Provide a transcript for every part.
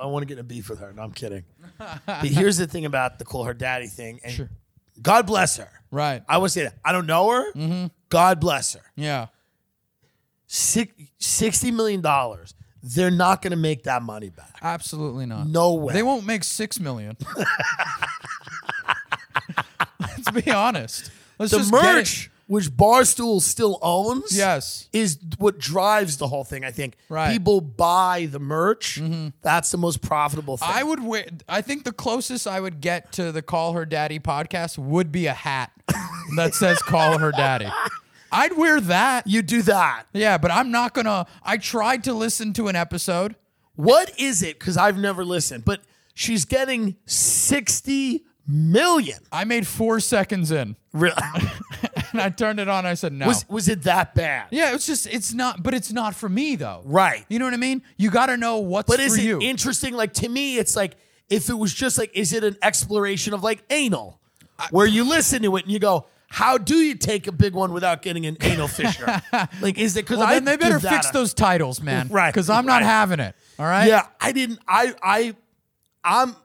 I want to get in a beef with her. No, I'm kidding. but here's the thing about the call her daddy thing, and Sure. God bless her. Right. I always say that. I don't know her. Mm-hmm. God bless her. Yeah. Six, $60 million. They're not going to make that money back. Absolutely not. No way. They won't make six million. Let's be honest. Let's The just get it. merch, which Barstool still owns, Yes. is what drives the whole thing, I think. Right. Mm-hmm. People buy the merch. That's the most profitable thing. I would wear. I think the closest I would get to the "Call Her Daddy" podcast would be a hat that says "Call Her Daddy." I'd wear that. you do that. Yeah, but I'm not gonna. I tried to listen to an episode. What is it? Because I've never listened, but she's getting 60 million. I made four seconds in, Really? and I turned it on. I said no. was, was it that bad? yeah, it's just it's not. But it's not for me though. Right. You know what I mean? You got to know what's But for is it you. interesting? Like to me, it's like if it was just like, is it an exploration of like anal, where you listen to it and you go, how do you take a big one without getting an anal fissure? like, is it because well, I then they better give that fix a- those titles, man. Right, Because I'm not right. having it. All right. Yeah, I didn't. I I I'm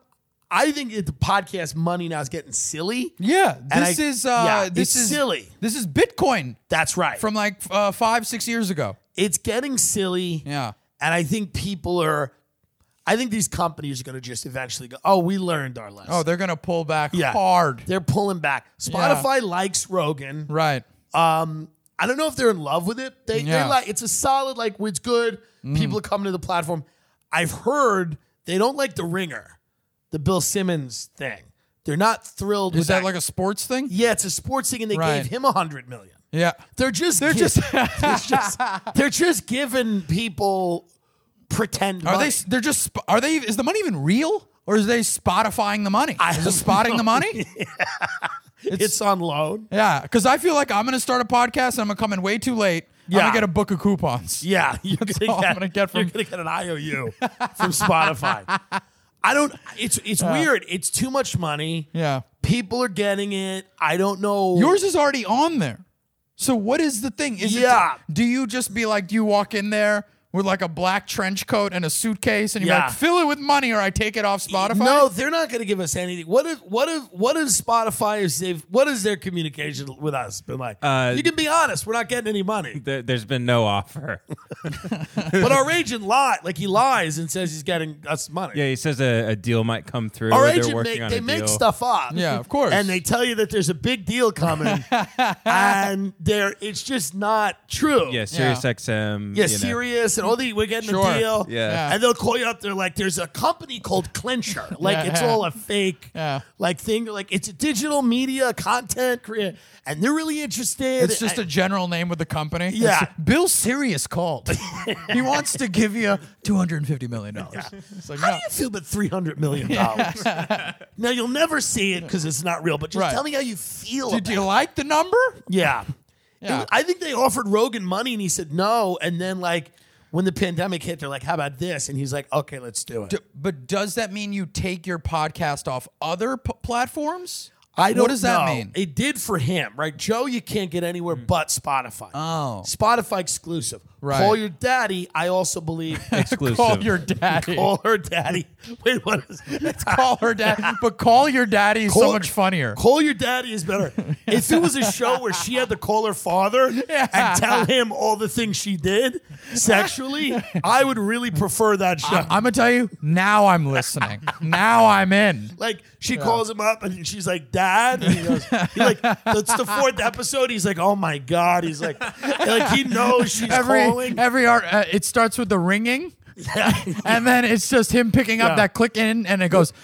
I think that the podcast money now is getting silly. Yeah. And This I- is uh, yeah, this it's is silly. This is Bitcoin That's right. from like uh, five six years ago. it's getting silly. Yeah. And I think people are. I think these companies are going to just eventually go. Oh, we learned our lesson. Oh, they're gonna pull back Yeah. hard. They're pulling back. Spotify likes Rogan. Right. Um, I don't know if they're in love with it. They, Yeah. Mm. they like it's a solid like it's good. People are coming to the platform. I've heard they don't like the ringer, the Bill Simmons thing. They're not thrilled Is with that like a sports thing? yeah, it's a sports thing, and they Right. gave him a hundred million. Yeah. They're just They're gi- just- they're just they're just giving people pretend. Are money. they? They're just. sp- Are they? Is the money even real, or is they spottifying the money? I is it have spotting no the money? It's, on loan. Yeah. Because I feel like I'm gonna start a podcast and I'm gonna come in way too late. I'm Yeah. gonna get a book of coupons. Yeah, you're all I'm gonna get from- you're gonna get an IOU from Spotify. I don't. It's it's weird. It's too much money. Yeah. People are getting it. I don't know. Yours is already on there. So what is the thing? Is Yeah. It, do you just be like, do you walk in there with like a black trench coat and a suitcase, and you're Yeah. like, fill it with money, or I take it off Spotify? No, they're not going to give us anything. What if what if what if Spotify is they've what is their communication with us been like? Uh, you can be honest, we're not getting any money. There, there's been no offer. but our agent lied, like he lies and says he's getting us money. Yeah, he says a, a deal might come through. Our or they're agent working make, on they a make deal. stuff up. Yeah, of course. And they tell you that there's a big deal coming, and there it's just not true. Yeah, Sirius XM. Yeah, you know. serious and all the we're getting Sure. a deal. Yeah. And they'll call you up. They're like, there's a company called Clincher. Like Yeah. it's all a fake Yeah. like thing. Like it's a digital media content creator. And they're really interested. It's just a general name with the company. Yeah. It's- Bill Sirius called. he wants to give you two hundred and fifty million dollars. It's like, how no. do you feel about three hundred million dollars? now you'll never see it because it's not real, but just Right. tell me how you feel Did about you like the number? Yeah. Yeah. It was- I think they offered Rogan money and he said no. And then like when the pandemic hit, they're like, How about this? And he's like, Okay, let's do it. D- but does that mean you take your podcast off other p- platforms? I don't What does that know. mean? Mm. It did for him, right? Joe, you can't get anywhere but Spotify. Oh. Spotify exclusive. Right. Call your daddy. I also believe. Exclusive. Call your daddy. Call her daddy. Wait, what is Call her daddy. But call your daddy is so Call- much funnier. Call your daddy is better. if it was a show where she had to call her father and tell him all the things she did sexually, I would really prefer that show. I'm gonna tell you now. I'm listening. now I'm in. Like she calls him up and she's like, "Dad," and he goes, he like, "That's the fourth episode." He's like, "Oh my god!" He's like, like he knows she's Every calling. every art. Uh, it starts with the ringing, and then it's just him picking up Yeah. that click in, and it goes.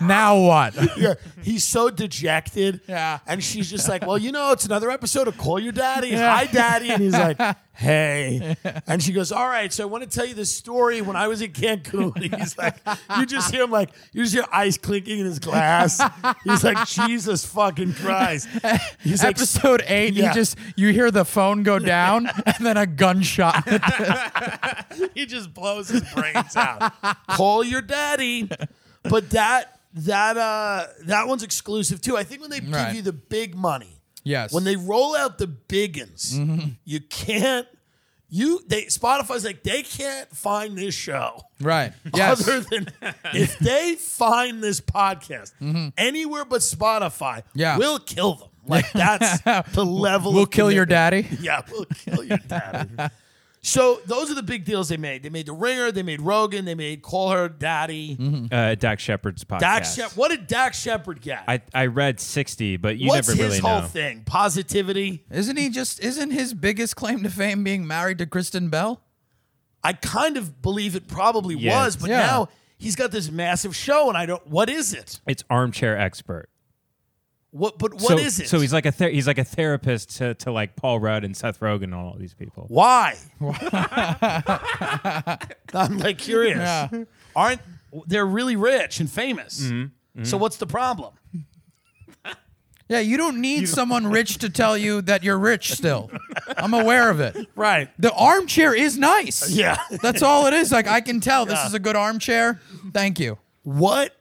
now what? Yeah, he's so dejected. Yeah. And she's just like, well, you know, it's another episode of Call Your Daddy. and Yeah. Hi, Daddy. And he's like, hey. And she goes, all right, so I want to tell you this story when I was in Cancun. And he's like, you just hear him like, you just hear ice clinking in his glass. He's like, Jesus fucking Christ. He's like, Episode eight, Yeah. you just you hear the phone go down and then a gunshot. he just blows his brains out. Call your daddy. But that that uh that one's exclusive too. I think when they Right. give you the big money, Yes. when they roll out the big uns, you can't you they Spotify's like they can't find this show. right. Yes. Other than if they find this podcast anywhere but Spotify, Yeah. we'll kill them. Like that's the level. We'll of kill your commitment. daddy. Yeah, we'll kill your daddy. so those are the big deals they made. They made The Ringer, they made Rogan, they made Call Her Daddy. uh, Dak Shepard's podcast. Dak Shep- what did Dak Shepard get? I, I read 60, but you What's never his really whole know. thing? Positivity. Isn't he just? Isn't his biggest claim to fame being married to Kristen Bell? I kind of believe it probably Yeah. was, but Yeah. now he's got this massive show, and I don't. What is it? It's armchair expert. What? But what is so, it? So he's like a ther- he's like a therapist to, to like Paul Rudd and Seth Rogen and all these people. Why? I'm like curious. Yeah. Aren't they're really rich and famous? Mm-hmm. So what's the problem? Yeah, you don't need someone rich to tell you that you're rich still. I'm aware of it. Right. The armchair is nice. Yeah. That's all it is. Like I can tell this Yeah. is a good armchair. Thank you. What?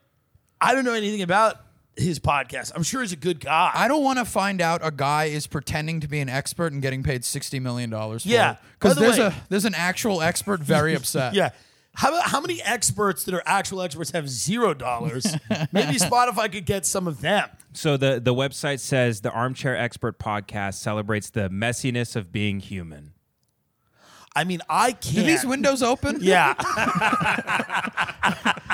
I don't know anything about his podcast. I'm sure he's a good guy. I don't want to find out a guy is pretending to be an expert and getting paid sixty million dollars. Yeah. because By the there's way- a there's an actual expert very upset. yeah. How, about- how many experts that are actual experts have zero dollars? Maybe Spotify could get some of them. So the the website says the armchair expert podcast celebrates the messiness of being human. I mean, I can't. Do these windows open? yeah.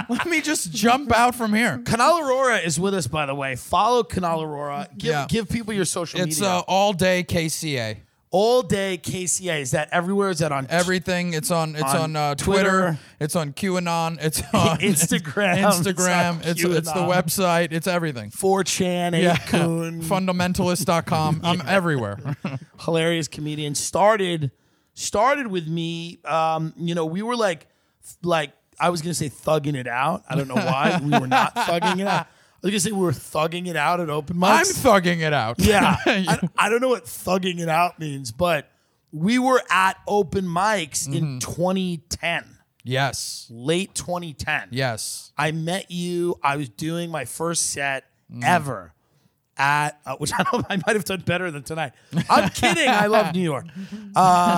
Let me just jump out from here. Canal Aurora is with us, by the way. Follow Canal Aurora. Give, Yeah. give people your social It's media. uh, all day KCA. All day KCA. Is that everywhere? Is that on Everything. It's on. It's On on, uh, Twitter. Twitter. It's on QAnon. It's on Instagram. Instagram. It's It's on it's, the QAnon. website. It's everything. 4chan, 8 Coon, Fundamentalist.com. I'm everywhere. hilarious comedian? Started started with me. Um, you know, we were like like I was gonna say thugging it out. I don't know why we were not thugging it out. I was gonna say we were thugging it out at open I'm mics. thugging it out. Yeah. I, I don't know what thugging it out means, but we were at open mics in 2010, yes. late 2010. Yes. I met you. I was doing my first set Mm. ever at, uh, which I, don't, I might have done better than tonight. I'm kidding. I love New York.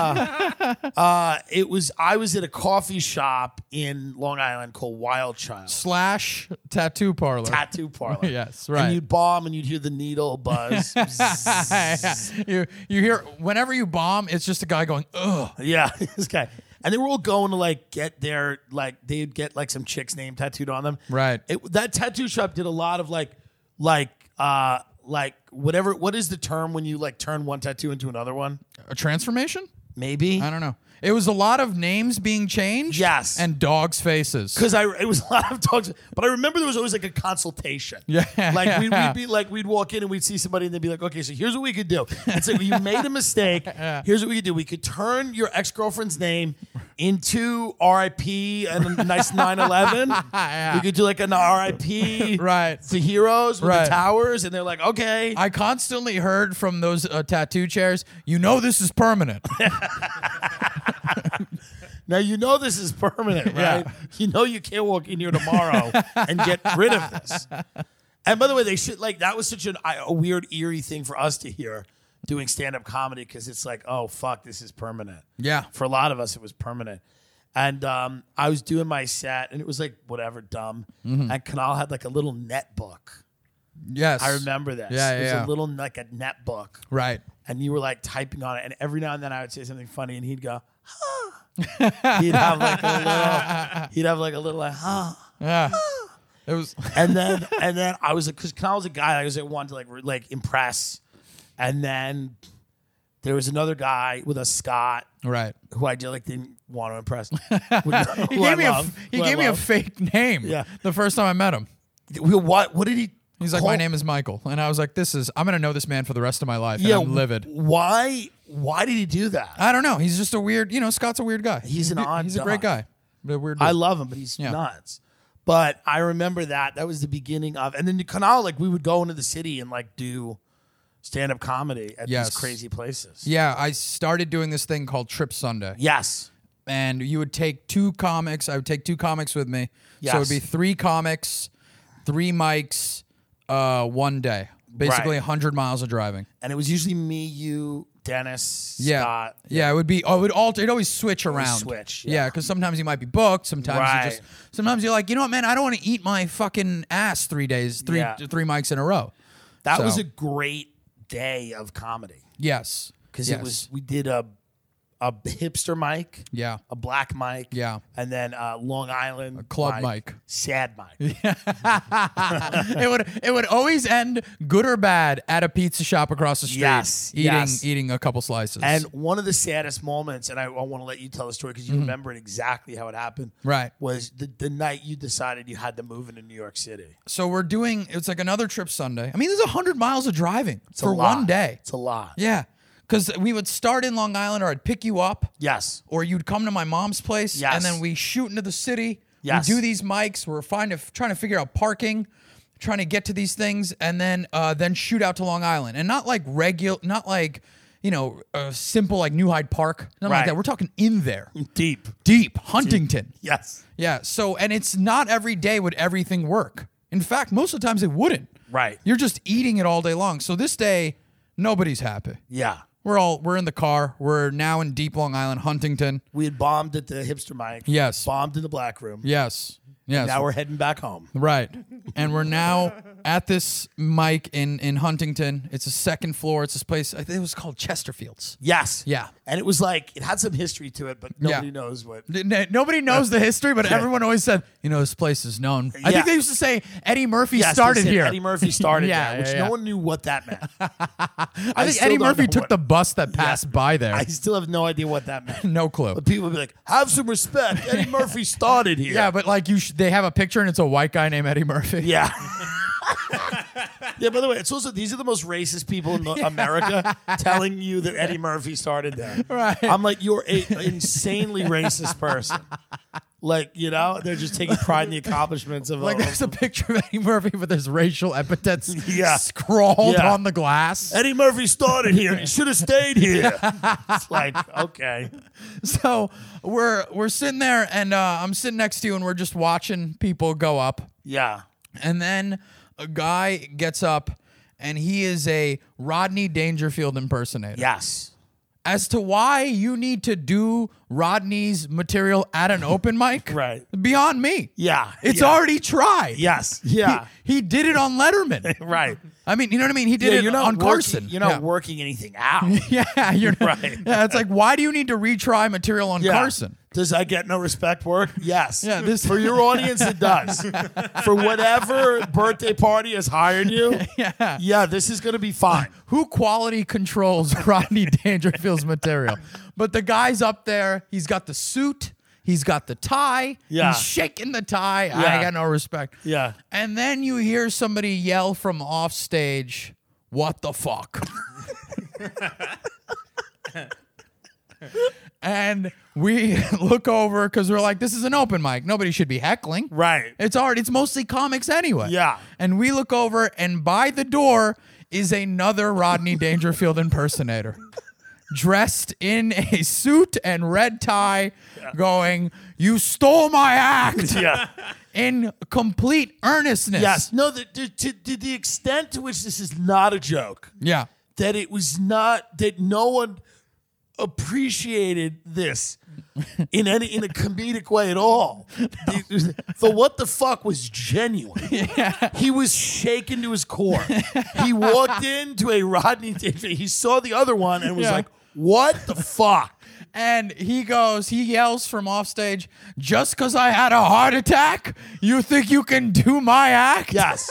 Uh, uh, it was, I was at a coffee shop in Long Island called Wild Child. Slash tattoo parlor. Tattoo parlor. Yes, right. And you'd bomb and you'd hear the needle buzz. Yeah. You you hear whenever you bomb, it's just a guy going ugh. Yeah, this guy. And they were all going to like get their like they'd get like some chick's name tattooed on them. Right. It, that tattoo shop did a lot of like like uh like whatever what is the term when you like turn one tattoo into another one? A transformation? Maybe. I don't know. It was a lot of names being changed. Yes. And dogs' faces. Because I it was a lot of dogs, but I remember there was always like a consultation. Yeah. like we, we'd be like we'd walk in and we'd see somebody and they'd be like, okay, so here's what we could do. It's like you made a mistake. Here's what we could do. We could turn your ex girlfriend's name into RIP and a nice 911. We could do like an RIP Right. to heroes with Right. the towers, and they're like, okay, I constantly heard from those uh, tattoo chairs, you know this is permanent. now you know this is permanent, right? Yeah. You know you can't walk in here tomorrow and get rid of this. And by the way, they should like that was such an, I- a weird eerie thing for us to hear doing stand up comedy because it's like, oh fuck, this is permanent. yeah. for a lot of us it was permanent and um, i was doing my set and it was like whatever dumb Mm-hmm. and canal had like a little net book Yes. i remember this Yeah, it was yeah. a little like a net book Right. and you were like typing on it and every now and then i would say something funny and he'd go huh. he'd have like a little he'd have like a little like huh Yeah. It was and then and then I was because Kanal was a guy I was like wanted to like re- like impress, and then there was another guy with a Scott right. who I did like didn't want to impress. He gave me a f- he gave me a fake name. Yeah. The first time I met him. we- what? What did he? He's like, call- my name is Michael, and I was like, this is I'm gonna know this man for the rest of my life. Yeah, and I'm livid. Why? Why did he do that? I don't know. He's just a weird. You know, Scott's a weird guy. He's an odd He's a great dog. guy, but a weird. I dude. love him, but he's Yeah. nuts. But I remember that. That was the beginning of, and then the canal. Like we would go into the city and like do stand up comedy at Yes. these crazy places. yeah, I started doing this thing called Trip Sunday. Yes. and you would take two comics. I would take two comics with me. So it Yes. would be three comics, three mics, uh, one day. Basically, a Right. 100 miles of driving. And it was usually me, you, Dennis, Yeah. Scott. Yeah, it would be, oh, it would alter, it'd always switch around. switch, Yeah, yeah. because sometimes you might be booked. Sometimes you Right. just, sometimes you're like, you know what, man, I don't want to eat my fucking ass three days, three, Yeah. three mics in a row. That So- was a great day of comedy Yes. because yes. it was we did a a hipster mic, Yeah. a black mic, Yeah. and then uh, Long Island a club mic. sad mic. it would it would always end good or bad at a pizza shop across the street. Yes, Eating yes. eating a couple slices. and one of the saddest moments, and I, I want to let you tell the story because you remember it exactly how it happened. Mm-hmm. Right. was the, the night you decided you had to move into New York City So we're doing it's like another trip Sunday. I mean, there's hundred miles of driving It's a for lot. one day. It's a lot. Yeah, because we would start in Long Island, or I'd pick you up, Yes. or you'd come to my mom's place, Yes. and then we shoot into the city. Yes. We do these mics. We're fine to, trying to figure out parking, trying to get to these things, and then uh, then shoot out to Long Island, and not like regular, not like you know, uh, simple like New Hyde Park, nothing like Right. that. We're talking in there, Deep. deep Huntington. Yes. Yeah. So, and it's not every day would everything work. In fact, most of the times it wouldn't. Right. You're just eating it all day long. So this day, nobody's happy. Yeah. We're all we're in the car. We're now in deep Long Island, Huntington. We had bombed at the hipster mic. Yes. Bombed in the black room. Yes. Yes. Now we're heading back home. right. And we're now at this mic in in Huntington. It's a second floor. It's this place. I think it was called Chesterfields. Yes. Yeah. And it was like it had some history to it, but nobody Yeah. knows what. N- n- Nobody knows the history, but everyone always said, you know, this place is known. Yeah. I think they used to say Eddie Murphy Yes, they started said here. Eddie Murphy started Yeah, that, yeah, which yeah. no one knew what that meant. I think still Eddie don't Murphy know took what- the bus that passed by there. I still have no idea what that meant. no clue. But people would be like, "Have some respect." Eddie Murphy started here. Yeah, but like you, sh- they have a picture and it's a white guy named Eddie Murphy. Yeah. yeah, by the way, it's also these are the most racist people in the- America telling you that Eddie Murphy started that. Right. I'm like, you're a insanely racist person. Like, you know, they're just taking pride in the accomplishments of Like a, there's a picture of Eddie Murphy, but there's racial epithets Yeah. scrawled Yeah. on the glass. Eddie Murphy started here. He should have stayed here. It's like, okay. So we're we're sitting there, and uh, I'm sitting next to you, and we're just watching people go up. Yeah. And then a guy gets up, and he is a Rodney Dangerfield impersonator. Yes. as to why you need to do Rodney's material at an open mic, Right. Beyond me. Yeah. It's Yeah. already tried. Yes. Yeah. He, he did it on Letterman. right. I mean, you know what I mean? He did Yeah, it you're not on working, Carson. You're not yeah. working anything out. Yeah, you're not, Right. Yeah, it's like why do you need to retry material on Yeah. Carson? Does I get no respect work? Yes. Yeah, this- for your audience it does. for whatever birthday party has hired you. Yeah. Yeah, this is gonna be fine. Who quality controls Rodney Dangerfield's material? But the guy's up there. He's got the suit. He's got the tie. Yeah. He's shaking the tie. I Yeah. got no respect. Yeah. And then you hear somebody yell from off stage, "What the fuck?" and we look over because we're like, "This is an open mic. Nobody should be heckling." Right. It's already it's mostly comics anyway. Yeah. And we look over and by the door is another Rodney Dangerfield impersonator. Dressed in a suit and red tie, going, You stole my act Yeah. in complete earnestness. yes. No, the, the, to, to the extent to which this is not a joke, Yeah. that it was not that no one appreciated this in any in a comedic way at all. The, the what the fuck was genuine. He was shaken to his core. he walked into a Rodney Dangerfield. He saw the other one and was Yeah. like, "What the fuck." And he goes, he yells from offstage, just because I had a heart attack, you think you can do my act? Yes.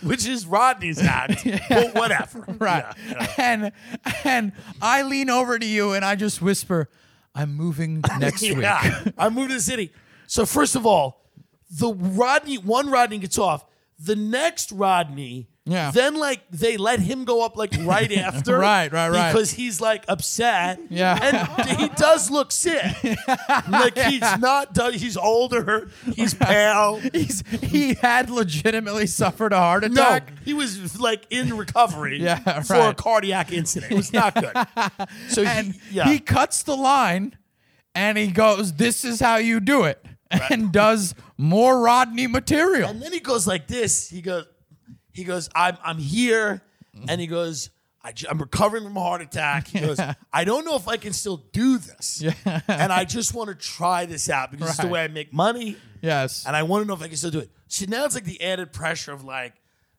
Which is Rodney's act, but whatever. Right. And and I lean over to you and I just whisper, I'm moving next week. Yeah. I moved to the city. So first of all, the Rodney one Rodney gets off. The next Rodney, Yeah. Then like they let him go up like right after, Right, right, right. because he's like upset, Yeah. and he does look sick. like he's not done. He's older. He's pale. He's he had legitimately suffered a heart No, attack. he was like in recovery Yeah, for a right. cardiac incident. It was not good. So and he, yeah. he cuts the line and he goes, This is how you do it. And does more Rodney material. And then he goes like this. He goes, he goes, I'm I'm here, and he goes, I, am recovering from a heart attack. He goes, I don't know if I can still do this, and I just want to try this out because it's the Right. way I make money, yes. and I want to know if I can still do it. So now it's like the added pressure of like,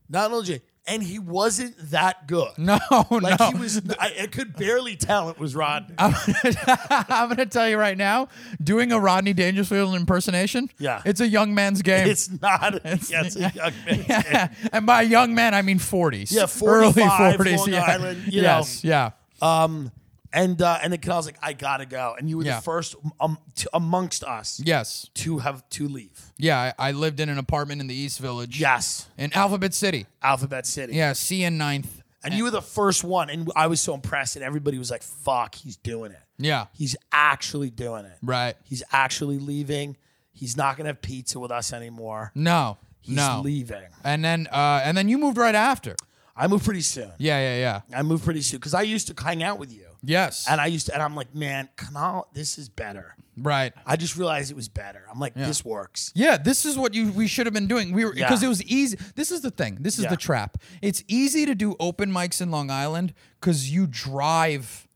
not only and he wasn't that good. no, Like no. he was, I, I could barely tell it was Rodney. I'm going to tell you right now, doing a Rodney Dangerfield impersonation, Yeah. it's a young man's game. it's not. yeah, it's a young man. and by young man, I mean 40s. Yeah, 45, Long Island, you know. yes, yeah. Um, and uh, and then Kanal's like, I gotta go, and you were Yeah. the first um, t- amongst us Yes. to have to leave. Yeah, I, I lived in an apartment in the East Village. Yes, In Alphabet City. Alphabet City. Yeah, C and Ninth. and you were the first one, and I was so impressed, and everybody was like, "Fuck, he's doing it. Yeah. He's actually doing it. Right. He's actually leaving. He's not gonna have pizza with us anymore. No. He's no. leaving. And then uh, and then you moved right after. I moved pretty soon. Yeah, yeah, yeah. I moved pretty soon because I used to hang out with you, Yes. and I used to, and I'm like, man, Kanal, this is better. right. I just realized it was better. I'm like, this works. Yeah, this is what you we should have been doing. We were Yeah. because it was easy. This is the thing. This is Yeah. the trap. It's easy to do open mics in Long Island cuz you drive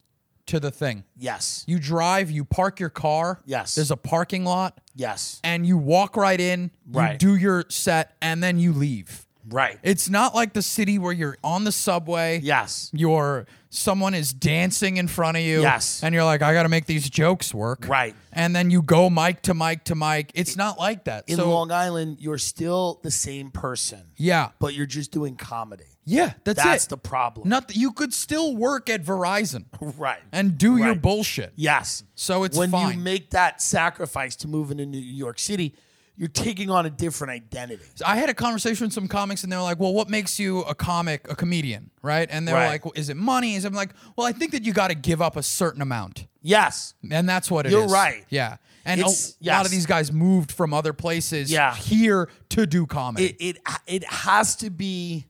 to the thing. Yes, You drive, you park your car. Yes. There's a parking lot yes, and you walk right in, you Right. do your set and then you leave. right. It's not like the city where you're on the subway. Yes. Your someone is dancing in front of you. Yes. And you're like, I got to make these jokes work. Right. And then you go mic to mic to mic. It's not like that. In so Long Island, you're still the same person, yeah, but you're just doing comedy. yeah, that's, That's it. the problem. Not you could still work at Verizon Right. and do your Right. bullshit. yes. So it's when fine. you make that sacrifice to move into New York City, you're taking on a different identity. I had a conversation with some comics, and they were like, "Well, what makes you a comic, a comedian, right?" And they were Right. like, well, "Is it money?" Is it- I'm like, "Well, I think that you got to give up a certain amount, Yes. and that's what it You're is." right. Yeah, and a It's- lot yes. of these guys moved from other places Yeah. here to do comedy. It it it has to be.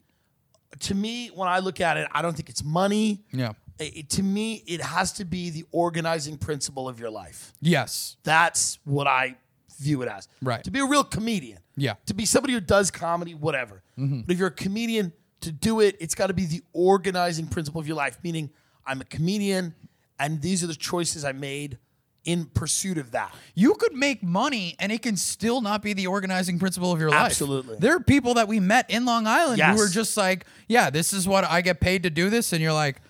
To me, when I look at it, I don't think it's money. yeah. It- it- to me, it has to be the organizing principle of your life. Yes. That's what I view it as. Right. To be a real comedian. Yeah. Mm-hmm. To be somebody who does comedy, whatever. But if you're a comedian, to do it, it's got to be the organizing principle of your life, meaning I'm a comedian and these are the choices I made in pursuit of that. You could make money and it can still not be the organizing principle of your life. Absolutely. There are people that we met in Long Island Yes. who were just like, yeah, this is what I get paid to do this. And you're like,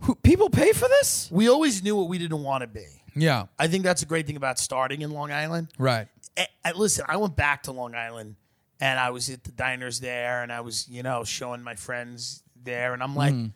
who, people pay for this? We always knew what we didn't want to be. Yeah. I think that's a great thing about starting in Long Island. Right. I, Eh, I- listen, I went back to Long Island and I was at the diners there and I was, you know, showing my friends there. And I'm like, Mm.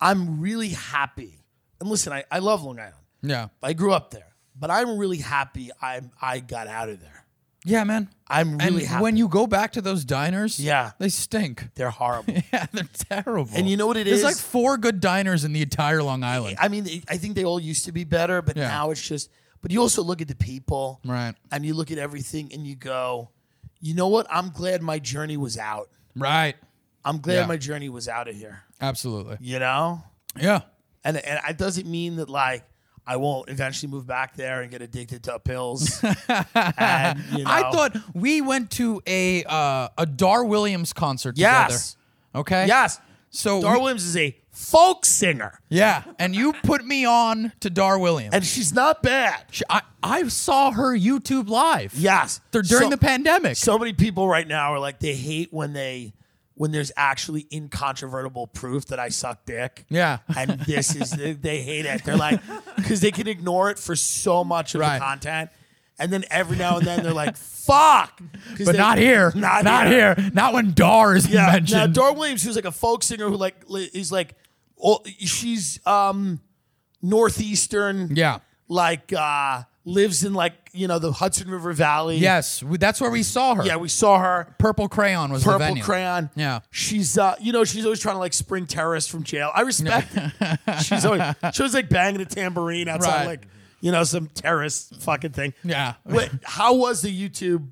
I'm really happy. And listen, I, I love Long Island. Yeah. I grew up there, but I'm really happy I I got out of there. Yeah, man. I'm And really happy. when you go back to those diners, Yeah. they stink. They're horrible. Yeah, they're terrible. And you know what it There's is? like four good diners in the entire Long Island. I mean, they- I think they all used to be better, but Yeah. now it's just. But you also look at the people, Right. And you look at everything, and you go, you know what? I'm glad my journey was out. Right. I'm glad Yeah. my journey was out of here. Absolutely. You know. Yeah. and and it doesn't mean that like I won't eventually move back there and get addicted to pills. and, you know, I thought we went to a uh, a Dar Williams concert yes, together. Okay. yes. So Dar we- Williams is a folk singer, yeah, and you put me on to Dar Williams. and she's not bad. She- I I saw her YouTube live. Yes, Dur- during So- the pandemic. So many people right now are like they hate when they when there's actually incontrovertible proof that I suck dick. yeah. and this is they, they hate it. They're like because they can ignore it for so much of Right. the content, and then every now and then they're like, "Fuck," 'Cause But they- not here. Not, here. Not when Dar is Yeah. Now, mentioned. Dar Williams, who's like a folk singer who like li- is like, oh, she's um northeastern. yeah. Like uh lives in like you know, the Hudson River Valley. Yes, we, that's where we saw her. Yeah, we saw her. Purple Crayon was the Purple venue. crayon. Yeah. She's uh, you know, she's always trying to like spring terrorists from jail. I respect it. She's always she was like banging a tambourine outside Right. like, you know, some terrorist fucking thing. Yeah. Wait, how was the YouTube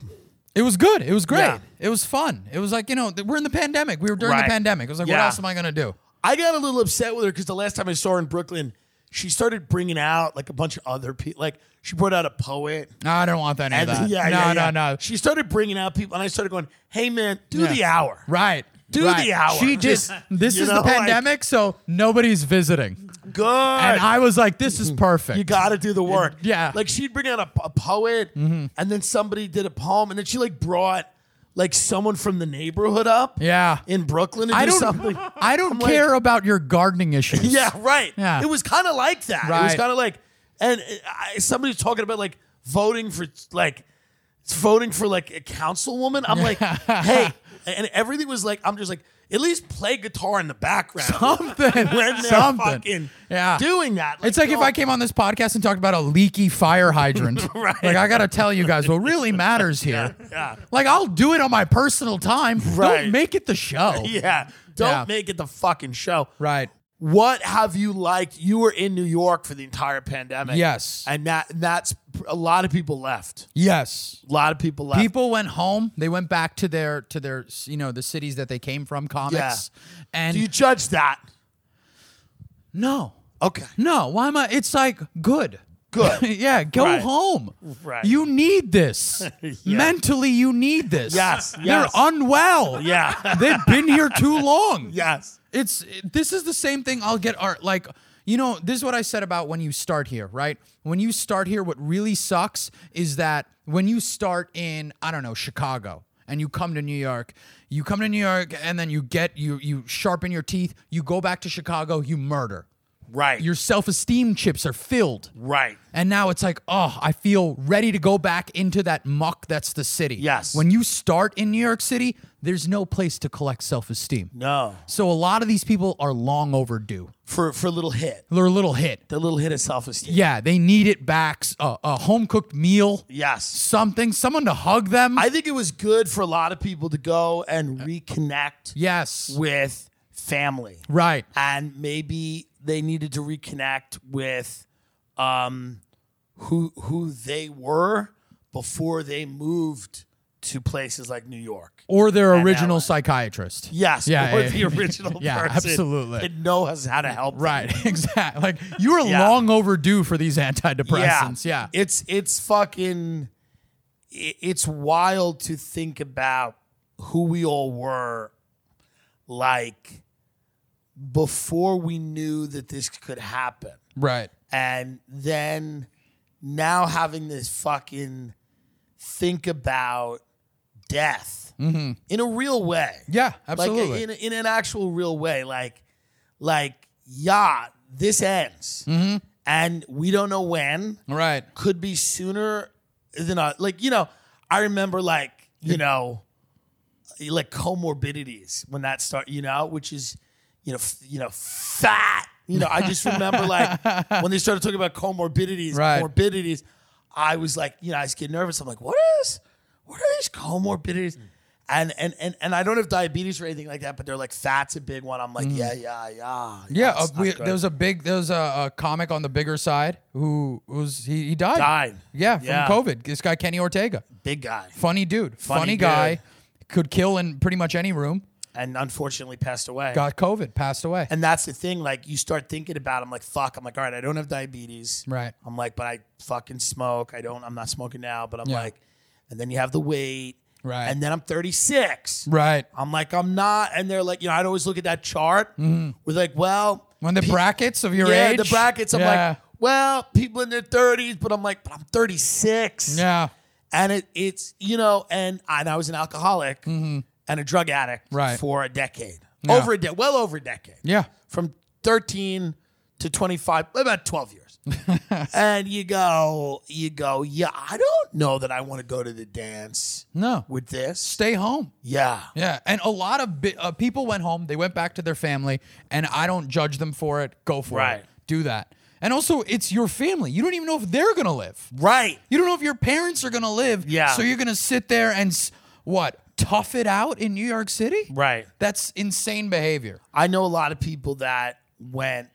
It was good. It was great. Yeah. It was fun. It was like, you know, th- we're in the pandemic. We were during Right. the pandemic. It was like, what Yeah. else am I going to do? I got a little upset with her because the last time I saw her in Brooklyn, she started bringing out like a bunch of other people. Like she brought out a poet. No, I don't want that. And, that. yeah, no, yeah, yeah. no, no. She started bringing out people, and I started going, "Hey, man, do Yeah. the hour, Right. Do right. the hour. She just, Just, this you is know, the like- pandemic, so nobody's visiting. Good." And I was like, this is perfect. you got to do the work. Yeah. Mm-hmm. Like she'd bring out a, a poet, and then somebody did a poem, and then she like brought like someone from the neighborhood up. Yeah. In Brooklyn, to I do don't, something. I don't like- care about your gardening issues. Yeah, right. Yeah. It was kind of like that. It was Right. kind of like, and uh, I, somebody was talking about like voting for like voting for like a councilwoman. I'm like, hey, and everything was like, I'm just like, at least play guitar in the background. Something. when they're something. fucking yeah. doing that. It's like if don't- I came on this podcast and talked about a leaky fire hydrant. Right. Like I gotta tell you guys what really matters here. yeah. Like I'll do it on my personal time. Right. Don't make it the show. Yeah, don't Yeah. make it the fucking show. Right. What have you liked? You were in New York for the entire pandemic. Yes. and that that's a lot of people left. Yes. A lot of people left. People went home. They went back to their to their you know the cities that they came from. Comics. And Do you judge that? no, Okay. no. Why am I? It's like good. Good. yeah. Go Right. home. Right. You need this. Mentally, you need this. Yes, They're yes. unwell. Yeah. They've been here too long. yes. It's this is the same thing I'll get art like you know this is what I said about when you start here, right? When you start here what really sucks is that when you start in I don't know, Chicago and you come to New York, you come to New York and then you get you you sharpen your teeth, you go back to Chicago, you murder. Right. Your self-esteem chips are filled. right. And now it's like, oh, I feel ready to go back into that muck that's the city. Yes. When you start in New York City, there's no place to collect self esteem. No. So a lot of these people are long overdue. For for a little hit. They're a little hit. The little hit of self esteem. Yeah, they need it back. s- A, a home cooked meal, Yes. something, someone to hug them. I think it was good for a lot of people to go and reconnect Uh, yes. with family. Right. And maybe they needed to reconnect with um who who they were before they moved to places like New York. Or their original ally. psychiatrist. Yes, Yeah, or yeah, the yeah. original Yeah, person absolutely. that knows how to help. them. Right. Exactly. Like you are Yeah. long overdue for these antidepressants. Yeah. It's it's fucking i- it's wild to think about who we all were like before we knew that this could happen. Right. And then now having this fucking think about death in a real way. Mm-hmm. Yeah. Absolutely. Like in, in an actual real way, like like yeah, this ends, Mm-hmm. and we don't know when. right. Could be sooner than I, like you know. I remember like you know, like comorbidities when that start you know, which is you know f- you know fat. You know, I just remember like when they started talking about comorbidities, Right. morbidities. I was like, you know, I was getting nervous. I'm like, what is, what are these comorbidities? And and and and I don't have diabetes or anything like that, but they're like fat's a big one. I'm like, yeah, yeah, yeah, Mm. Yeah, it's uh, not we, good. there was a big, there was a, a comic on the bigger side who was he, he died. Died. Yeah, from Yeah. COVID. This guy Kenny Ortega, big guy, funny dude, funny, Funny guy, dude. could kill in pretty much any room. and unfortunately passed away. Got COVID, passed away. And that's the thing. Like you start thinking about, it, I'm like, fuck. I'm like, all right, I don't have diabetes. Right. I'm like, but I fucking smoke. I don't. I'm not smoking now. But I'm Yeah. like, and then you have the weight. Right. And then I'm 36. right. I'm like, I'm not. And they're like, you know, I'd always look at that chart. We're like, well, When the brackets of Mm-hmm. your yeah, age, the brackets. I'm yeah, like, well, people in their 30s, but I'm like, but I'm 36. yeah, And it, it's you know, and I, and I was an alcoholic and a drug addict Mm-hmm. Right. for a decade, Yeah. over a de- well over a decade yeah, from 13 to 25 about 12 years and you go you go yeah i don't know that i want to go to the dance no, with this stay home. yeah Yeah, and a lot of bi- uh, people went home. They went back to their family, and I don't judge them for it. Go for Right. it. Do that. And also, it's your family. You don't even know if they're gonna live. Right. You don't know if your parents are gonna live. Yeah. So you're gonna sit there and s- what? Tough it out in New York City? Right. That's insane behavior. I know a lot of people that went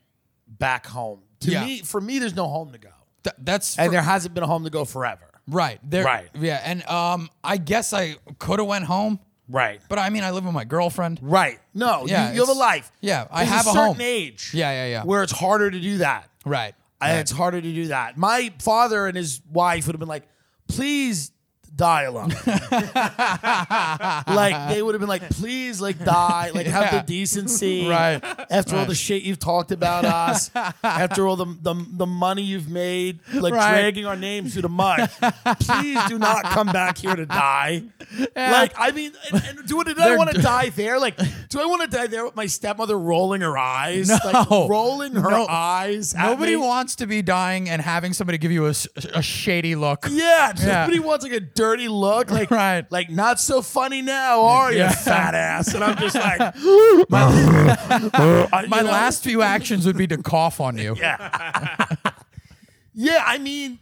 back home. To Yeah. me, for me, there's no home to go, Th- that's and for- there hasn't been a home to go forever. right. There, Right. Yeah. And um, I guess I could have went home, Right. but I mean, I live with my girlfriend. Right. No. you- Yeah, you, have a it's- life. yeah, I There's have a a certain home. age. Yeah, yeah, yeah. Where it's harder to do that. Right. And It's harder to do that. My father and his wife would have been like, please die alone. like they would have been like, please like die, like have the decency. Right. After all the shit you've talked about us, after all the, the the money you've made, like Right. dragging our names through the mud. please do not come back here to die. Like, I mean, and, and do, did I They're- want to die there? Like, do I want to die there with my stepmother rolling her eyes? Like No. rolling her No. eyes. at Nobody me? wants to be dying and having somebody give you a, s- a shady look. Yeah, Yeah. nobody wants like a dirty look, like Right. like not so funny now, are you, Yeah. fat ass? And I'm just like, my, My you know? last few actions would be to cough on you. yeah. I mean,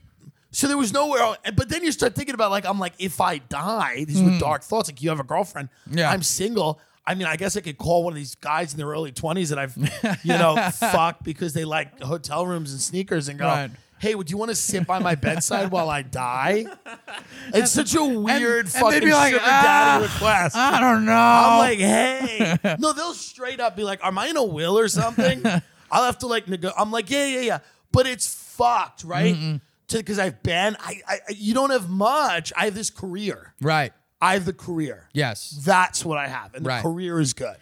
so there was nowhere. el- But then you start thinking about like, I'm like, if I die, these were dark thoughts. Like, you have a girlfriend. Hmm. Yeah. I'm single. I mean, I guess I could call one of these guys in their early 20s that I've, you know, fucked because they like hotel rooms and sneakers and go, Right. hey, would you want to sit by my bedside while I die? It's such a weird and they'd fucking be like, sugar "Ah, daddy request. I don't know. I'm like, hey. no, they'll straight up be like, am I in a will or something? I'll have to like nego- I'm like, yeah, yeah, yeah. But it's fucked, right? Because I've been, I, I, I- you don't have much. I have this career. right. I have the career. Yes. That's what I have. And the Right. career is good.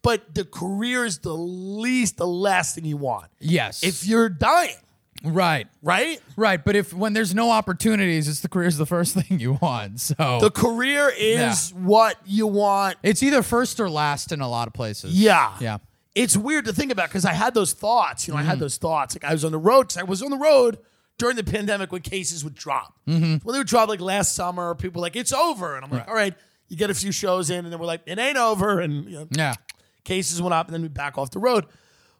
But the career is the least, the last thing you want. Yes. If you're dying, right. right? Right. But if when there's no opportunities, it's the career's the first thing you want. So The career is what you want. it's either first or last in a lot of places. Yeah. Yeah. it's weird to think about because I had those thoughts. You know, I had those thoughts. Like I was on the road. 'cause I was on the road during the pandemic when cases would drop. When they would drop like last summer, people were like, it's over. And I'm like, all right, you get a few shows in, and then we're like, it ain't over. And you know, Yeah. cases went up, and then we back off the road.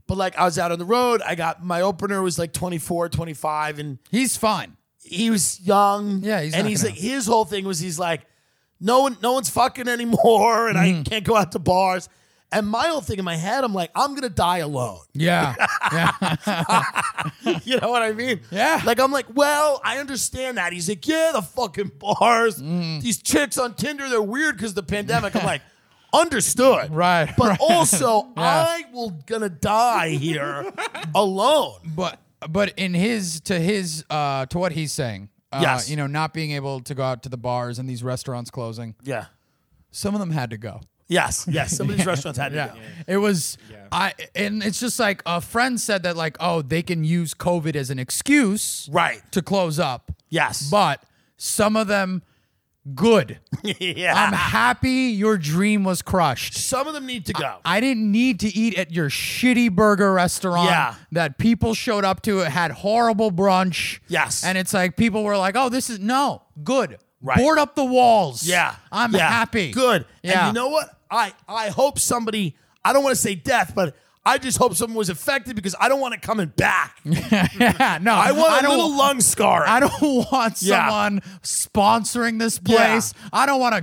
But like I was out on the road. I got my opener was like 24, 25, and He's fine. he was young. Yeah, he's and not he's gonna- like his whole thing was he's like, no one, no one's fucking anymore, and Mm-hmm. I can't go out to bars. And my whole thing in my head, I'm like, I'm gonna die alone. Yeah. yeah. You know what I mean? Yeah. Like I'm like, well, I understand that. He's like, yeah, the fucking bars, Mm-hmm. these chicks on Tinder, they're weird because the pandemic. I'm like, understood, Right, But right. also, Yeah. I will gonna die here alone. But but in his to his uh to what he's saying. Uh, Yes. You know, not being able to go out to the bars and these restaurants closing. Yeah. Some of them had to go. Yes. Yes. Some of these restaurants had to Yeah. go. It was I and it's just like a friend said that like, oh, they can use COVID as an excuse Right. to close up. Yes. But some of them good. yeah. I'm happy your dream was crushed. Some of them need to go. I didn't need to eat at your shitty burger restaurant Yeah. that people showed up to. It had horrible brunch. Yes. And it's like people were like, oh, this is no good. Right. Board up the walls. yeah. I'm Yeah. happy. Good. And Yeah. you know what? I I hope somebody I don't want to say death, but I just hope someone was affected because I don't want it coming back. yeah, no. I want a don't- little lung scar. I don't want Yeah. someone sponsoring this place. I don't want a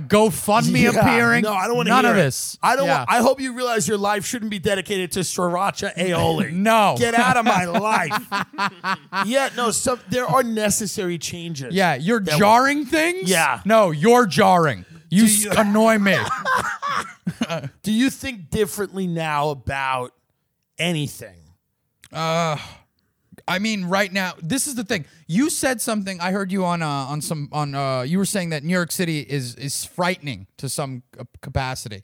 GoFundMe Yeah. appearing. No, I don't want to none of hear it. this. I don't Yeah. want I hope you realize your life shouldn't be dedicated to sriracha aioli. No. Get out of my life. yeah, no, some there are necessary changes. Yeah, you're jarring things. Yeah. No, you're jarring. You, you- s- annoy me. Do you think differently now about anything? I mean, right now, this is the thing. You said something. I heard you on uh, on some on. Uh, you were saying that New York City is is frightening to some uh, capacity.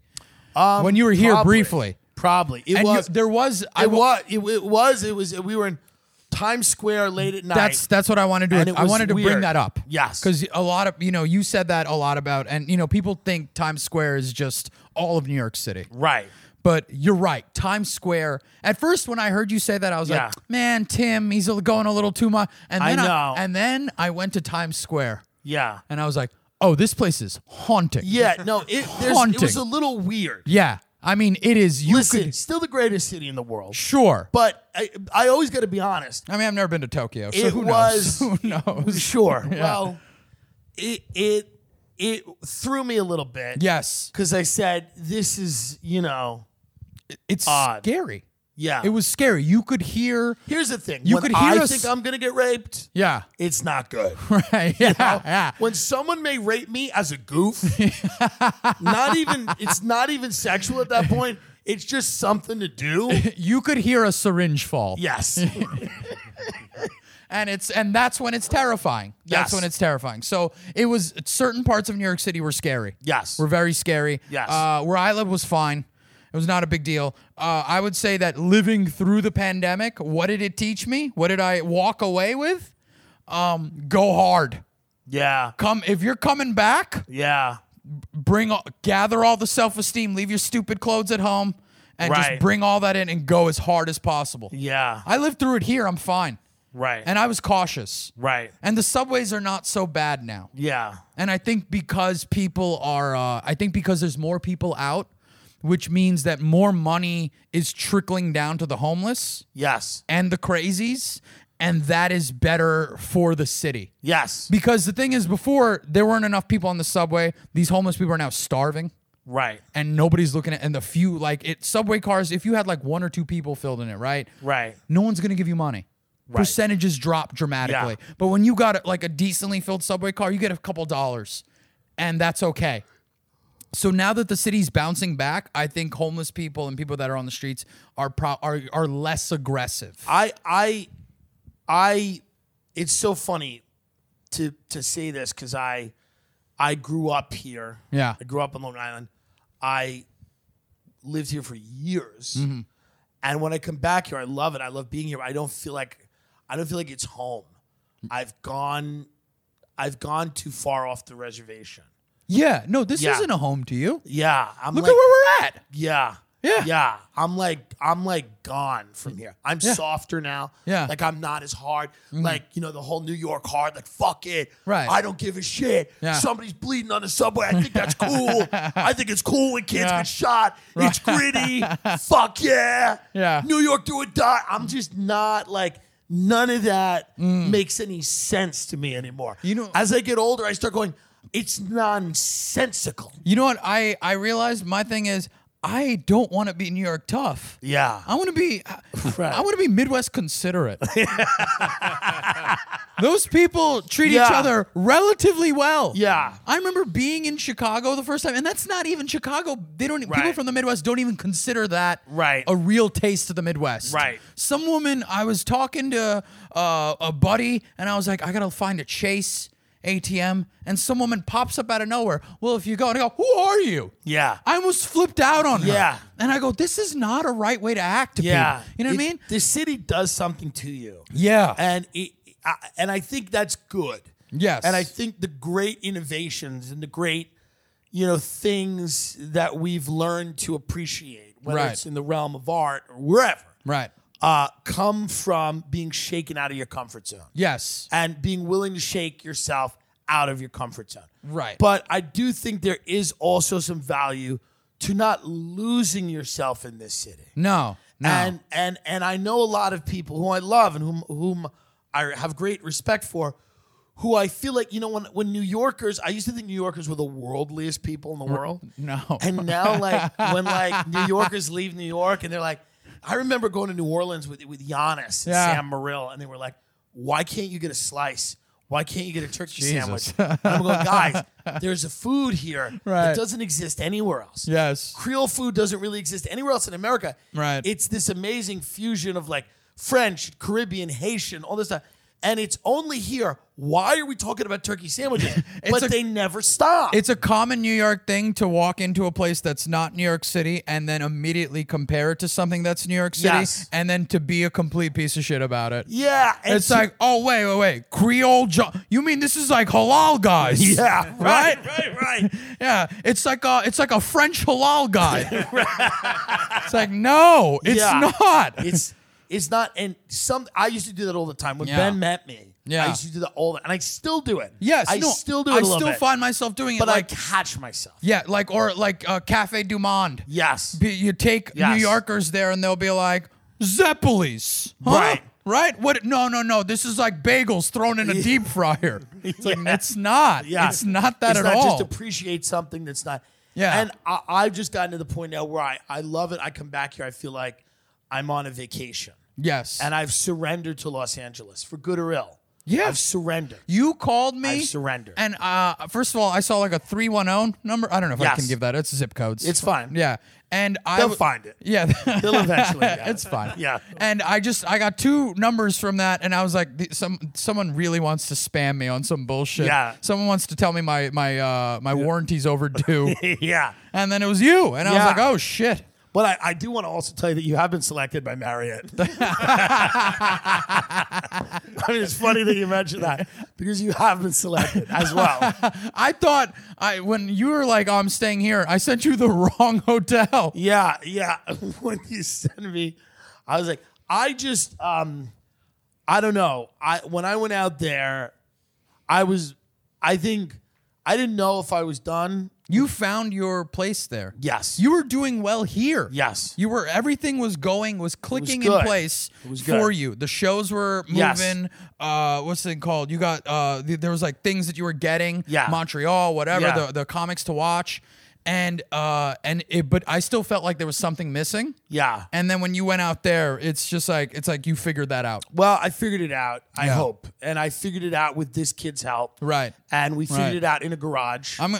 when you were here Um, probably. briefly, Probably. It and you- was there was I It wa- was. It, it was. It was. We were in Times Square late at night. That's that's what I wanted to And do. it I was wanted to bring weird. that up. Yes. Because a lot of you know, you said that a lot about and you know, people think Times Square is just all of New York City. right. But you're right. Times Square. At first when I heard you say that, I was Yeah. like, man, Tim, he's a- going a little too much. And I then know. and then I went to Times Square Yeah. and I was like, Oh, this place is haunting. Yeah. No. It, there's, it Haunting. was a little weird. Yeah. I mean, it is. You Listen, could still the greatest city in the world. sure. But I, I always got to be honest. I mean, I've never been to Tokyo, so It who was- knows? Who knows? Sure. Well, it it it threw me a little bit. Yes, Because I said this is you know it's Odd. scary. yeah. It was scary. You could hear. Here's the thing. You when could hear I us- think I'm gonna get raped. Yeah. It's not good. Right. Yeah. yeah. When someone may rape me as a goof, not even it's not even sexual at that point. It's just something to do. You could hear a syringe fall. Yes. And it's and that's when it's terrifying. Yes. That's when it's terrifying. So it was certain parts of New York City were scary. Yes. Were very scary. Yes. Uh, where I lived was fine. It was not a big deal. Uh, I would say that living through the pandemic, what did it teach me? What did I walk away with? Um, go hard. Yeah. Come if you're coming back, Yeah. bring all, gather all the self-esteem, leave your stupid clothes at home and Right. just bring all that in and go as hard as possible. Yeah. I lived through it here, I'm fine. Right. And I was cautious. right. And the subways are not so bad now. Yeah. And I think because people are, uh, I think because there's more people out, which means that more money is trickling down to the homeless Yes. and the crazies. And that is better for the city. Yes. Because the thing is, before there weren't enough people on the subway, these homeless people are now starving. Right. And nobody's looking at and the few like it subway cars. If you had like one or two people filled in it, right? Right. no one's going to give you money. Percentages drop dramatically. But when you got like a decently filled subway car, you get a couple dollars, and that's okay. So now that the city's bouncing back, I think homeless people and people that are on the streets are pro- are are less aggressive. I I I it's so funny to to say this cuz I I grew up here. Yeah. I grew up in Long Island. I lived here for years. Mm-hmm. And when I come back here, I love it. I love being here. I don't feel like I don't feel like it's home. I've gone I've gone too far off the reservation. Yeah, no, this Yeah. isn't a home to you. Yeah, I'm Look like at where we're at. Yeah. Yeah. Yeah. I'm like I'm like gone from here. I'm softer now. Yeah. Mm-hmm. Like I'm not as hard. Like, you know, the whole New York hard, like fuck it. Right. I don't give a shit. Yeah. Somebody's bleeding on the subway. I think that's cool. I think it's cool when kids Yeah. get shot. It's gritty. fuck yeah. Yeah. New York do it die. I'm just not like none of that makes any sense to me anymore. Mm. You know- as I get older, I start going, it's nonsensical. You know what? I I realized my thing is I don't want to be New York tough. Yeah. I want to be. Right. I want to be Midwest considerate. Those people treat each Yeah. other relatively well. Yeah. I remember being in Chicago the first time, and that's not even Chicago. They don't. e, People Right. from the Midwest don't even consider that Right. a real taste of the Midwest. Right. Some woman. I was talking to uh, a buddy, and I was like, I gotta find a Chase ATM, and some woman pops up out of nowhere. Well, if you go and I go, who are you? Yeah. I almost flipped out on her. Yeah. And I go, this is not a right way to act to Yeah, people. You know what I It- mean? The city does something to you, Yeah. and it, I, and I think that's good. Yes. and I think the great innovations and the great, you know, things that we've learned to appreciate, whether Right. it's in the realm of art or wherever, right. uh, come from being shaken out of your comfort zone Yes. and being willing to shake yourself out of your comfort zone. Right. But I do think there is also some value to not losing yourself in this city. No. No. And and and I know a lot of people who I love and whom whom I have great respect for, who I feel like you know when when New Yorkers, I used to think New Yorkers were the worldliest people in the world. no. And now like when like New Yorkers leave New York and they're like, I remember going to New Orleans with with Giannis and Yeah. Sam Morril, and they were like, Why can't you get a slice? Why can't you get a turkey Jesus. sandwich? And I'm going, guys, there's a food here Right. that doesn't exist anywhere else. yes. Creole food doesn't really exist anywhere else in America. Right. It's this amazing fusion of like French, Caribbean, Haitian, all this stuff. And it's only here. Why are we talking about turkey sandwiches? but a- they never stop. It's a common New York thing to walk into a place that's not New York City and then immediately compare it to something that's New York City Yes. and then to be a complete piece of shit about it. yeah. and It's to- like, oh wait, wait, wait, Creole. Jo- you mean this is like halal guys? yeah, right. right, right, right. Yeah, it's like a it's like a French halal guy. it's like no, it's Yeah. not. It's It's not, and some I used to do that all the time when Yeah. Ben met me. I Yeah. used to do that all the, and I still do it. Yes, I no, still do it. I a little still bit, find myself doing it. but like, I catch myself. yeah, like or like uh, Cafe Du Monde. Yes, Be- You take Yes. New Yorkers there, and they'll be like Zeppelis, huh? Right. Right? What? No, no, no. This is like bagels thrown in a deep fryer. It's like it's not. Yeah. It's not that it's at not all. Just appreciate something that's not. Yeah. And I, I've just gotten to the point now where I, I love it. I come back here, I feel like I'm on a vacation, yes. and I've surrendered to Los Angeles for good or ill. Yeah. I've surrendered. You called me. I've surrendered. And uh, first of all, I saw like a 310 number. I don't know if I Yes. can give that. It's zip codes. It's fine. Yeah. And I They'll w- find it. Yeah. They'll eventually. get it's it. fine. Yeah. And I just I got two numbers from that and I was like th- some someone really wants to spam me on some bullshit. Yeah. Someone wants to tell me my my uh my warranty's overdue. yeah. and then it was you and I was Yeah. like, "Oh shit." But I, I do want to also tell you that you have been selected by Marriott. I mean, it's funny that you mentioned that because you have been selected as well. I thought I when you were like, "Oh, I'm staying here." I sent you the wrong hotel. Yeah, yeah. when you sent me, I was like, I just, um, I don't know. I when I went out there, I was, I think, I didn't know if I was done. You found your place there. Yes. You were doing well here. Yes. You were everything was going, was clicking in good. place It was for good. you. The shows were moving. Yes. Uh what's it called? You got uh th- there was like things that you were getting, Yeah. Montreal, whatever, Yeah. the the comics to watch. And uh and it but I still felt like there was something missing. Yeah. And then when you went out there, it's just like it's like you figured that out. Well, I figured it out. I Yeah. hope, and I figured it out with this kid's help. Right. And we figured Right. it out in a garage. I'm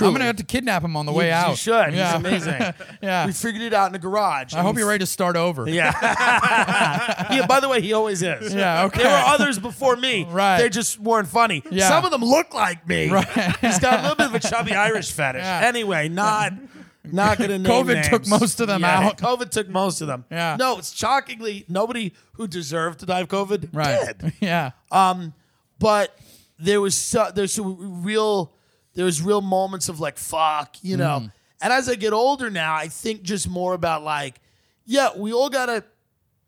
I'm gonna have to kidnap him on the way you, out. You should. Yeah. He's amazing. Yeah. We figured it out in a garage. I hope you're ready to start over. Yeah. yeah. By the way, he always is. Yeah, okay. There were others before me. Right. They just weren't funny. Yeah. Some of them look like me. He's got a little bit of a chubby Irish fetish. Yeah. Anyway, not. Not gonna name COVID took names. most of them Yeah, out. COVID took most of them. Yeah. No, it's shockingly nobody who deserved to die of COVID Right. did. Yeah. Um, but there was so, there's some real there was real moments of like fuck, you know. Mm. And as I get older now, I think just more about like, yeah, we all gotta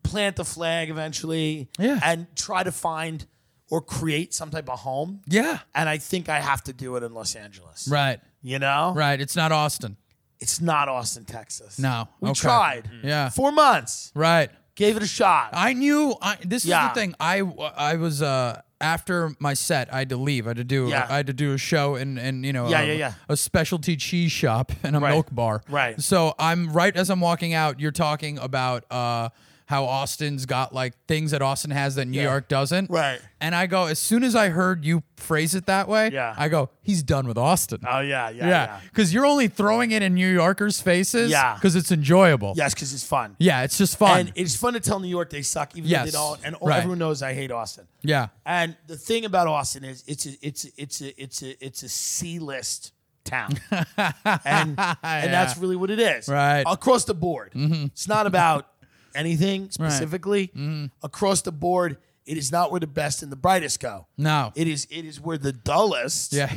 plant the flag eventually, Yeah. and try to find or create some type of home. Yeah. And I think I have to do it in Los Angeles. Right. You know, Right. It's not Austin. it's not Austin, Texas. No. we Okay. tried. Yeah. Uh, four months, Right. gave it a shot. I knew. I, this is Yeah. the thing. I I was uh after my set. I had to leave. I had to do. Yeah. I had to do a show in and you know. Yeah, a, yeah, yeah. A specialty cheese shop and a milk bar. Right. So I'm right as I'm walking out. You're talking about uh how Austin's got like things that Austin has that New York doesn't. Right. And I go as soon as I heard you phrase it that way. Yeah. I go he's done with Austin. oh yeah, yeah, yeah. yeah. Because you're only throwing it in New Yorkers' faces. Yeah. Because it's enjoyable. Yes, because it's fun. Yeah, it's just fun. And it's fun to tell New York they suck, even Yes. though they don't. And all- Right. everyone knows I hate Austin. yeah. And the thing about Austin is it's a, it's a, it's a, it's a, it's a C-list town, and and that's really what it is. Right. Mm-hmm. across the board, it's not about anything specifically. Across the board, it is not where the best and the brightest go. No. It is it is where the dullest yeah.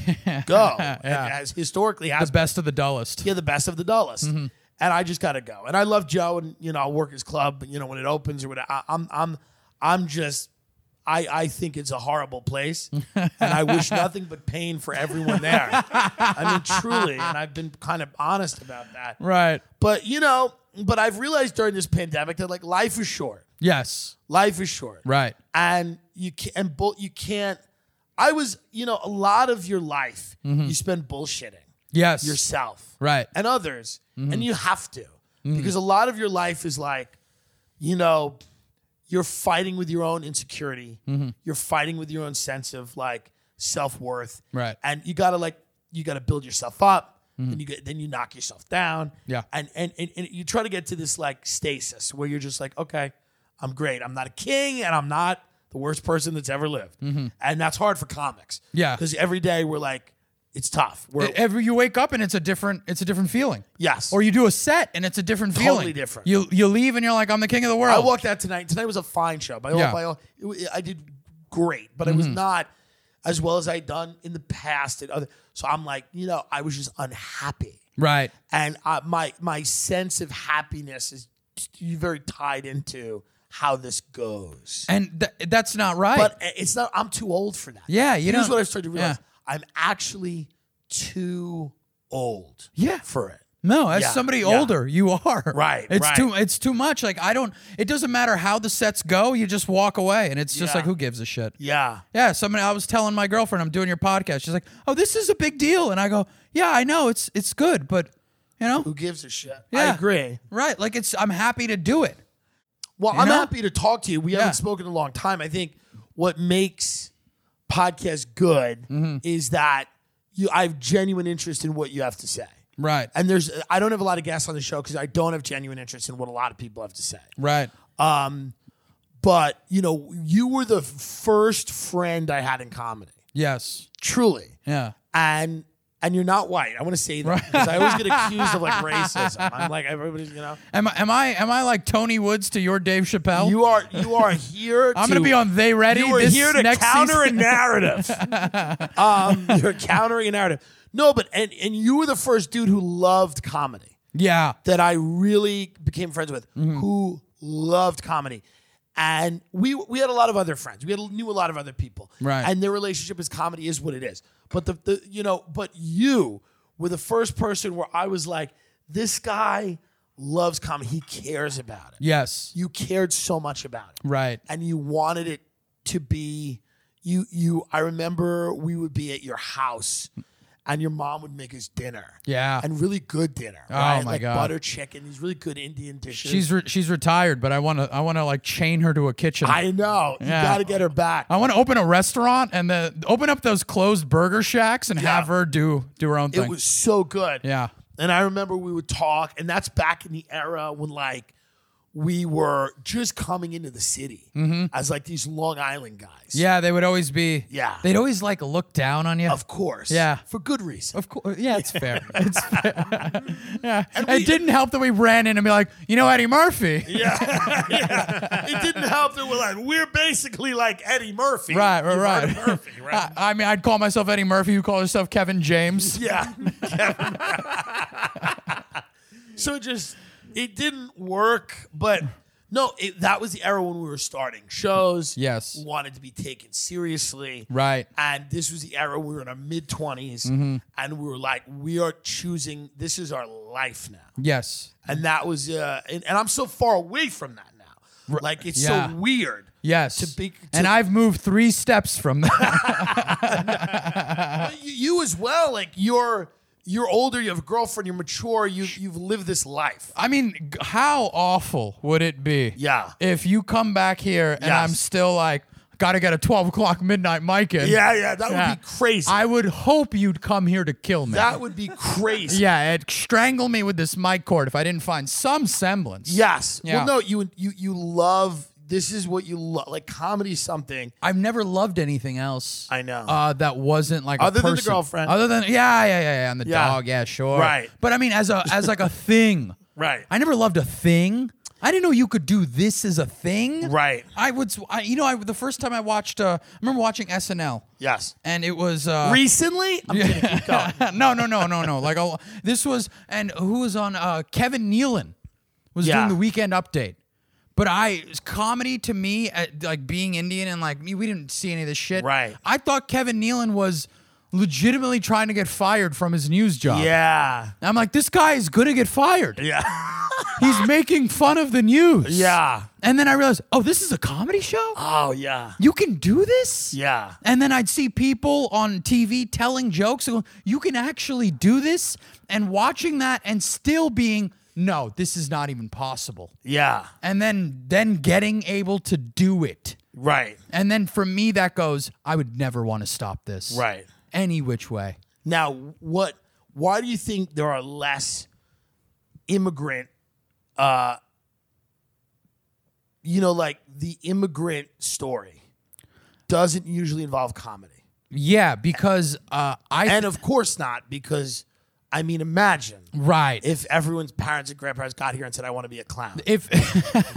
go, and Yeah. as historically the has best of the dullest. yeah, the best of the dullest. Mm-hmm. And I just gotta go. And I love Joe, and you know I'll work his club, you know when it opens or whatever. I, I'm I'm I'm just I I think it's a horrible place, and I wish nothing but pain for everyone there. I mean truly, and I've been kind of honest about that. Right. But you know, but I've realized during this pandemic that like life is short. Yes. Life is short Right. and you can't and bull, you can't i was you know a lot of your life Mm-hmm. you spend bullshitting Yes. yourself Right. Mm-hmm. and others and you have to because a lot of your life is like you know you're fighting with your own insecurity Mm-hmm. you're fighting with your own sense of like self-worth Right. Mm-hmm. and you gotta like you gotta build yourself up and you get then you knock yourself down Yeah. and, and and and you try to get to this like stasis where you're just like okay i'm great i'm not a king and i'm not the worst person that's ever lived and that's hard for comics Mm-hmm. Yeah. because every day we're like it's tough we're Every E-, you wake up and it's a different it's a different feeling. yes Or you do a set and it's a different feeling. Totally different. You you leave and you're like I'm the king of the world. I walked out tonight. Tonight was a fine show. By all, Oh. Yeah. Mm-hmm. by all, it w- I did great, but it was not as well as I'd done in the past. And other, so I'm like, you know, I was just unhappy, Right. and I, my my sense of happiness is t- very tied into how this goes. And th- that's not right. But it's not. I'm too old for that. Yeah, you Here's don't- what I've started to realize: yeah. I'm actually too old. Yeah. for it. No, as Yeah, somebody yeah. older, you are Right, It's right. too. It's too much. Like I don't. It doesn't matter how the sets go. You just walk away, and it's just Yeah. like who gives a shit. Yeah. Yeah, somebody. I was telling my girlfriend I'm doing your podcast. She's like, "Oh, this is a big deal," and I go, "Yeah, I know. It's it's good, but you know, Who gives a shit? Yeah. I agree. right? Like it's. I'm happy to do it. Well, You I'm know? happy to talk to you. We Yeah. haven't spoken in a long time. I think what makes podcasts good Mm-hmm. is that you I have genuine interest in what you have to say. Right. And there's I don't have a lot of guests on the show because I don't have genuine interest in what a lot of people have to say. right. Um, but you know, you were the first friend I had in comedy. Yes. Truly. Yeah. And and you're not white. I want to say that because I always get accused of like racism. I'm like everybody's, you know. Am I? Am I? Am I like Tony Woods to your Dave Chappelle? You are you are here. I'm gonna be on They Ready. You were this here to next counter season. a narrative. um, you're countering a narrative. No, but and and you were the first dude who loved comedy yeah. that I really became friends with, Mm-hmm. who loved comedy. And we we had a lot of other friends. We had, knew a lot of other people, Right. And their relationship is comedy is what it is. But the, the you know, but you were the first person where I was like, this guy loves comedy. He cares about it. Yes. You cared so much about it Right. and you wanted it to be you you I remember we would be at your house and your mom would make us dinner. Yeah. And really good dinner. Oh, right? my like God. butter chicken, these really good Indian dishes. She's re- she's retired, but I want to I want to like chain her to a kitchen. I, I know. Yeah. Oh, You gotta get her back. want to open a restaurant and then open up those closed burger shacks and have her do do her own it thing. was so good. yeah, And I remember we would talk, and that's back in the era when like we were just coming into the city as like these Long Island guys. Mm-hmm. yeah, they would always be. Yeah. they'd always like look down on you. Of course. Yeah. For good reason. course, yeah, it's fair. It's fair. yeah, we- it didn't help that we ran in and be like, you know, Eddie Murphy. Yeah. yeah. It didn't help that we're like, we're basically like Eddie Murphy. Right, right, You've heard right. of Murphy, right? I, I mean, I'd call myself Eddie Murphy. You call yourself Kevin James. yeah. so it just, it didn't work, but no, it, that was the era when we were starting shows. Yes. Wanted to be taken seriously. Right. Mm-hmm. And this was the era we were in our mid 20s and we were like, we are choosing, this is our life now. Yes. and that was uh and, and i'm so far away from that now like it's yeah. so weird Yes. to be to, and I've moved three steps from that. but you, you as well like you're you're older you have a girlfriend you're mature you you've lived this life I mean, g- how awful would it be? Yeah. If you come back here and Yes. I'm still like, gotta get a 12 o'clock midnight mic in. yeah yeah that Yeah. would be crazy I would hope you'd come here to kill me. that would be crazy yeah, it'd strangle me with this mic cord if I didn't find some semblance. yes Yeah. well no you you you love this is what you love like comedy is something I've never loved anything else. I know. Uh, that wasn't like Other a than the person. girlfriend. Other than yeah, yeah, yeah, yeah, and the Yeah. dog. Yeah, sure. Right. But I mean, as a as like a thing. Right. I never loved a thing. I didn't know you could do this as a thing. Right. I would. s- I, you know, I the first time I watched. Uh, I remember watching SNL, yes and it was. Uh, recently i'm gonna keep going no, no, no, no, no. Like I'll, this was, and who was on? Uh, Kevin Nealon was Yeah. doing the weekend update. But I comedy to me, at, like being Indian and like me, we didn't see any of this shit. Right. I thought Kevin Nealon was legitimately trying to get fired from his news job. yeah And I'm like, this guy is gonna get fired. yeah He's making fun of the news. yeah And then I realized, oh, this is a comedy show. oh yeah You can do this. yeah And then I'd see people on TV telling jokes. and going, You can actually do this, and watching that, and still being no, this is not even possible. yeah And then then getting able to do it. right And then for me, that goes. I would never want to stop this. right Any which way. Now, what? Why do you think there are less immigrant? Uh, you know, like the immigrant story doesn't usually involve comedy, Yeah, because uh, I and of course not because I mean, imagine Right. if everyone's parents and grandparents got here and said, "I want to be a clown." If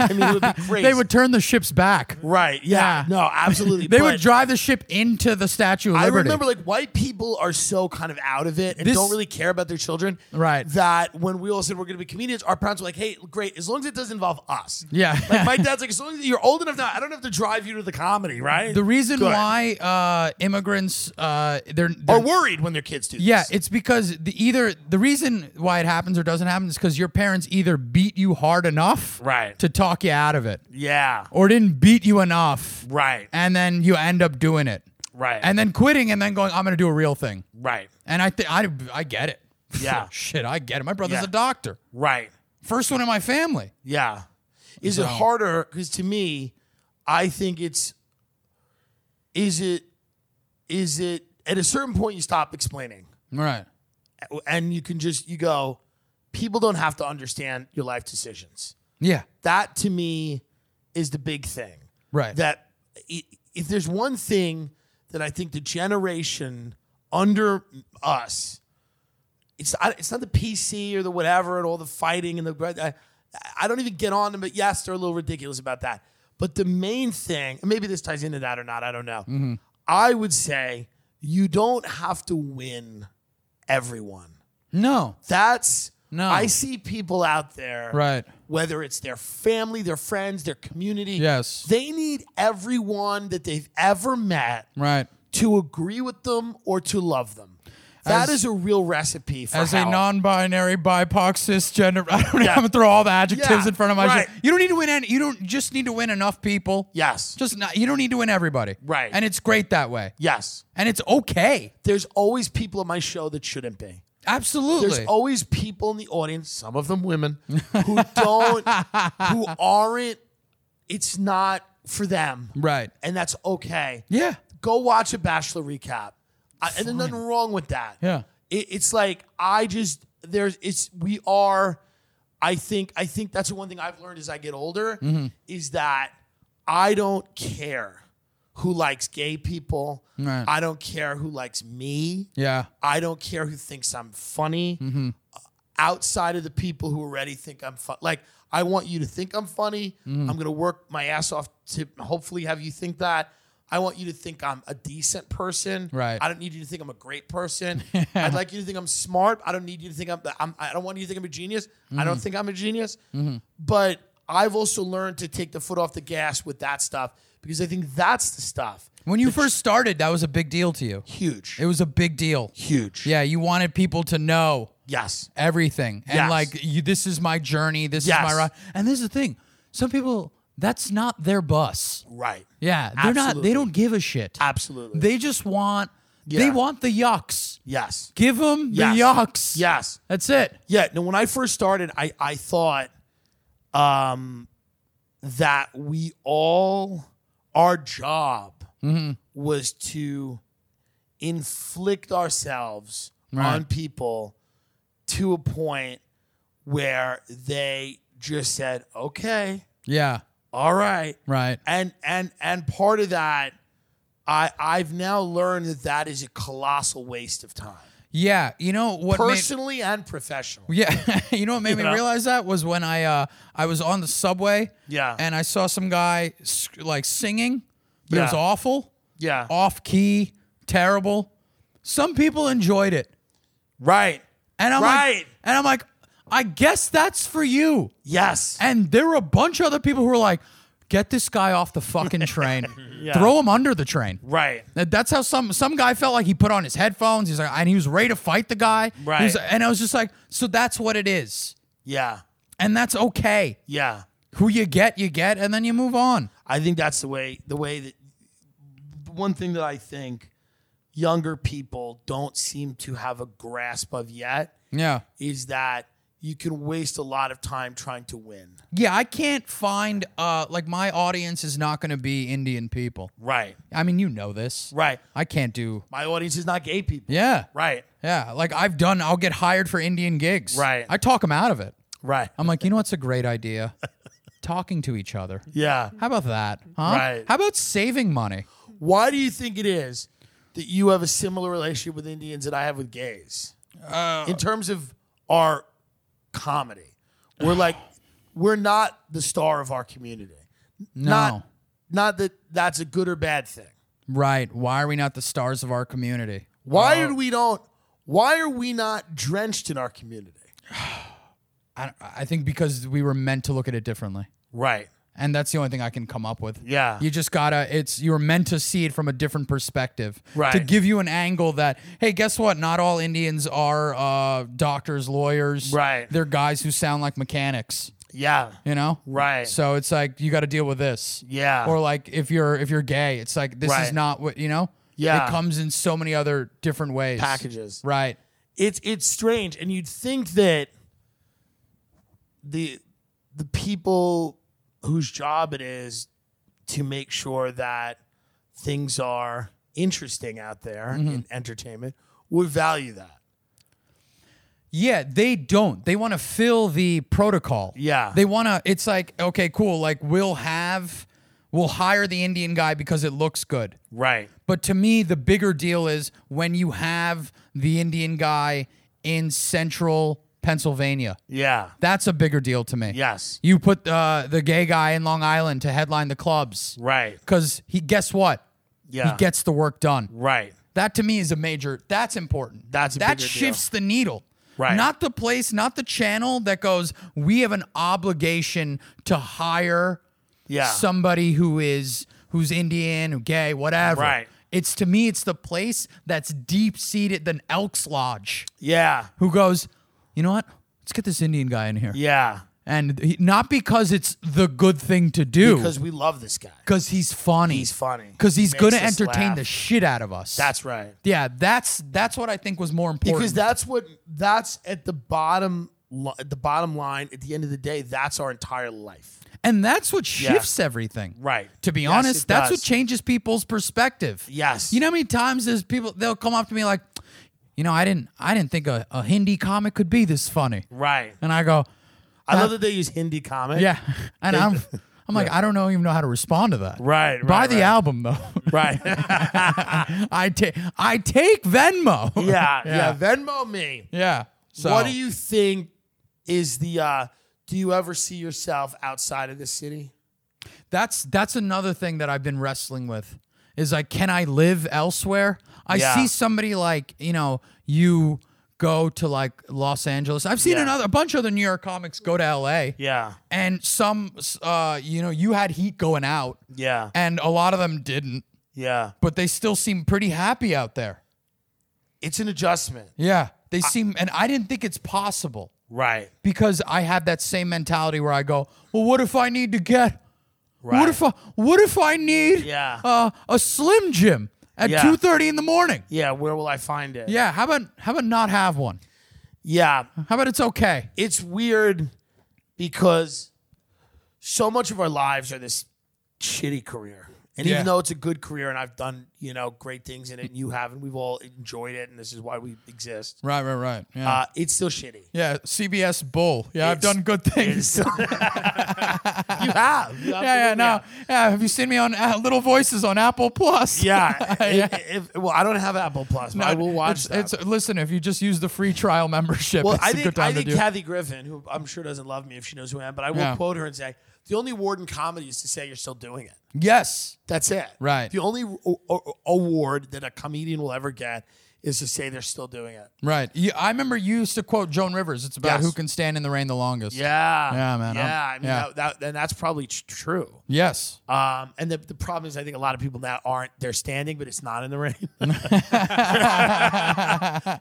I mean, it would be crazy. they would turn the ships back. right? Yeah, Yeah. no, absolutely. They would But drive the ship into the Statue of I Liberty. remember like white people are so kind of out of it and This- don't really care about their children. Right. That when we all said we're going to be comedians, our parents were like, "Hey, great, as long as it doesn't involve us." Yeah. Like my dad's like, as long as you're old enough now, I don't have to drive you to the comedy, right? the reason Good. why uh, immigrants uh, they're, they're are worried when their kids do. yeah, this. it's because the either the reason why it happens or doesn't happen is because your parents either beat you hard enough Right. to talk you out of it, yeah. or didn't beat you enough, Right. and then you end up doing it, Right. and then quitting, and then going, I'm going to do a real thing, right. and I think I I get it. Yeah. shit, I get it. My brother's Yeah. a doctor, Right. first one in my family. Yeah. Is it harder? Because to me, I think it's. Is it? Is it? At a certain point, you stop explaining, Right. and you can just you go. People don't have to understand your life decisions. Yeah. That to me is the big thing. Right. That i- if there's one thing that I think the generation under us, it's I- it's not the PC or the whatever and all the fighting and the I, I don't even get on them, but yes, they're a little ridiculous about that. But the main thing, and maybe this ties into that or not, I don't know. I would say you don't have to win everyone. no. That's No. I see people out there Right. whether it's their family, their friends, their community. Yes. They need everyone that they've ever met Right. to agree with them or to love them. That is As- a real recipe for As how- a non-binary BIPOC cisgender, I don't Yeah. have to throw all the adjectives Yeah, in front of my. right. You don't need to win any. You don't just need to win enough people. Yes. Just not. You don't need to win everybody. Right. And it's great that way. yes. And it's okay. There's always people on my show that shouldn't be. Absolutely. There's always people in the audience, some of them women, who don't, who aren't. It's not for them, right. and that's okay. Yeah. go watch a bachelor recap I, and there's nothing wrong with that Yeah. it, it's like i just there's it's we are i think i think that's the one thing i've learned as i get older Mm-hmm. is that i don't care who likes gay people Right. i don't care who likes me Yeah. i don't care who thinks i'm funny outside of the people who already think i'm fun like i want you to think i'm funny i'm going to work my ass off to hopefully have you think that I want you to think I'm a decent person. Right. I don't need you to think I'm a great person. I'd like you to think I'm smart. I don't need you to think I'm. I'm I don't want you to think I'm a genius. I don't think I'm a genius. But I've also learned to take the foot off the gas with that stuff because I think that's the stuff. When you first started, that was a big deal to you. Huge. It was a big deal. huge. Yeah. You wanted people to know Yes. everything and Yes. like you, this is my journey. This Yes. is my ride. And this is the thing. Some people, that's not their bus. Right. Yeah, they're not. Absolutely. They don't give a shit. Absolutely. They just want. Yeah. They want the yucks. yes. Give them Yes. the yucks. Yes. that's it. Yeah. No, when I first started, I I thought um that we all our job Mm-hmm. was to inflict ourselves Right. on people to a point where they just said, Okay, Yeah, all right. right. And and and part of that I I've now learned that that is a colossal waste of time. Yeah, you know what? made- Personally and professionally. yeah, you know what made me know? realize that was when I uh I was on the subway. Yeah. and I saw some guy sc- like singing, but it was Yeah. awful, Yeah. off key, terrible. Some people enjoyed it, Right. and I'm Right. like, and I'm like, I guess that's for you. Yes. And there were a bunch of other people who were like, get this guy off the fucking train. Throw him under the train. Right. That- That's how some some guy felt like he put on his headphones. He's like, and he was ready to fight the guy. He Right. was- and I was just like, so that's what it is, Yeah. and that's okay. Yeah. Who you get, you get, and then you move on. I think that's the way the way that the one thing that I think younger people don't seem to have a grasp of yet Yeah, is that you can waste a lot of time trying to win. yeah. I can't find uh like my audience is not going to be Indian people. Right. I mean, you know this. Right. I can't do. My audience is not gay people. Yeah. Right. Yeah. Like I've done. I'll get hired for Indian gigs. Right. I talk them out of it. Right. I'm like, you know what's a great idea? Talking to each other. Yeah. How about that? Huh? Right. How about saving money? Why do you think it is that you have a similar relationship with Indians that I have with gays? in terms of our comedy. We're like, we're not the star of our community. No. Not, not that that's a good or bad thing. Right. Why are we not the stars of our community? Why are we don't? Why are we not drenched in our community? I, I think because we were meant to look at it differently. Right. And that's the only thing I can come up with. Yeah. You just gotta, it's, you were meant to see it from a different perspective. Right. To give you an angle that, hey, guess what? Not all Indians are uh, doctors, lawyers. Right. They're guys who sound like mechanics, Yeah. you know? Right. So it's like, you gotta deal with this. Yeah. Or like if you're, if you're gay, it's like, this is Right. not what, you know? Yeah. It comes in so many other different ways. Packages. Right. It's it's strange, and you'd think that the the people whose job it is to make sure that things are interesting out there in entertainment would value that. Yeah, they don't. They want to fill the protocol. Yeah. They want to it's like okay, cool, like we'll have we'll hire the Indian guy because it looks good. Right. But to me the bigger deal is when you have the Indian guy in central Pennsylvania. Yeah. That's a bigger deal to me. Yes. You put uh, the gay guy in Long Island to headline the clubs. Right. Cuz he guess what? Yeah. He gets the work done. right. That to me is a major. That's important. That's a that bigger deal. shifts the needle. Right. Not the place, not the channel that goes. We have an obligation to hire Yeah. somebody who is who's Indian, who gay, whatever. Right. It's to me, it's the place that's deep seated than Elks Lodge, yeah. who goes, you know what? Let's get this Indian guy in here, Yeah. and he, not because it's the good thing to do, Because we love this guy. because he's funny. He's funny. Because he's Makes gonna us entertain laugh. the shit out of us. That's right. Yeah, that's that's what I think was more important. Because that's what that's at the bottom li- at the bottom line at the end of the day that's our entire life. and that's what shifts everything. Right. To be Yes, honest, it that's does. what changes people's perspective. Yes. You know how many times there's people they'll come up to me like, you know, I didn't I didn't think a, a Hindi comic could be this funny. Right. And I go, I love that they use Hindi comic. Yeah. And I'm I'm like, I don't know even know how to respond to that. Right, right, Buy the right. album though. Right. I take I take Venmo. yeah, yeah. Yeah. Venmo me. Yeah. So What do you think is the uh do you ever see yourself outside of this city? That's that's another thing that I've been wrestling with is like can I live elsewhere? I Yeah. see somebody like, you know, you go to like Los Angeles. I've seen Yeah. another a bunch of other New York comics go to LA. Yeah. And some uh, you know, you had heat going out Yeah. and a lot of them didn't, Yeah. but they still seem pretty happy out there. It's an adjustment. Yeah. They seem and I didn't think it's possible. Right. because I have that same mentality where I go, well, what if I need to get, what Right. if I, what if I need Yeah. uh, a Slim Jim at Yeah. two thirty in the morning? Yeah, where will I find it? Yeah, how about how about not have one? Yeah. How about it's okay? It's weird because so much of our lives are this shitty career. And Yeah. even though it's a good career and I've done, you know, great things in it and you haven't, we've all enjoyed it and this is why we exist. Right, right, right. Yeah, Uh, it's still shitty. yeah. CBS Bull. Yeah, I've it's- done good It's things. still- you have. You Yeah, yeah, absolutely no, have. yeah. Have you seen me on uh, Little Voices on Apple Plus? Yeah. If, if- well, I don't have Apple Plus, but I will watch it's, that. it's- listen if you just use the free trial membership. Well, it's I a good think, time I to think do. it. Kathy Griffin, who I'm sure doesn't love me if she knows who I am, but I will Yeah. quote her and say, the only award in comedy is to say you're still doing it. yes, That's it. Right. The only o- o- award that a comedian will ever get is to say they're still doing it. Right. You, I remember you used to quote Joan Rivers. It's about Yes. who can stand in the rain the longest. Yeah. Yeah, man, Yeah. I'm- i mean, yeah. That, that, and that's probably tr- true. Yes. Um, and the, the problem is, I think a lot of people now aren't, they're standing, but it's not in the rain.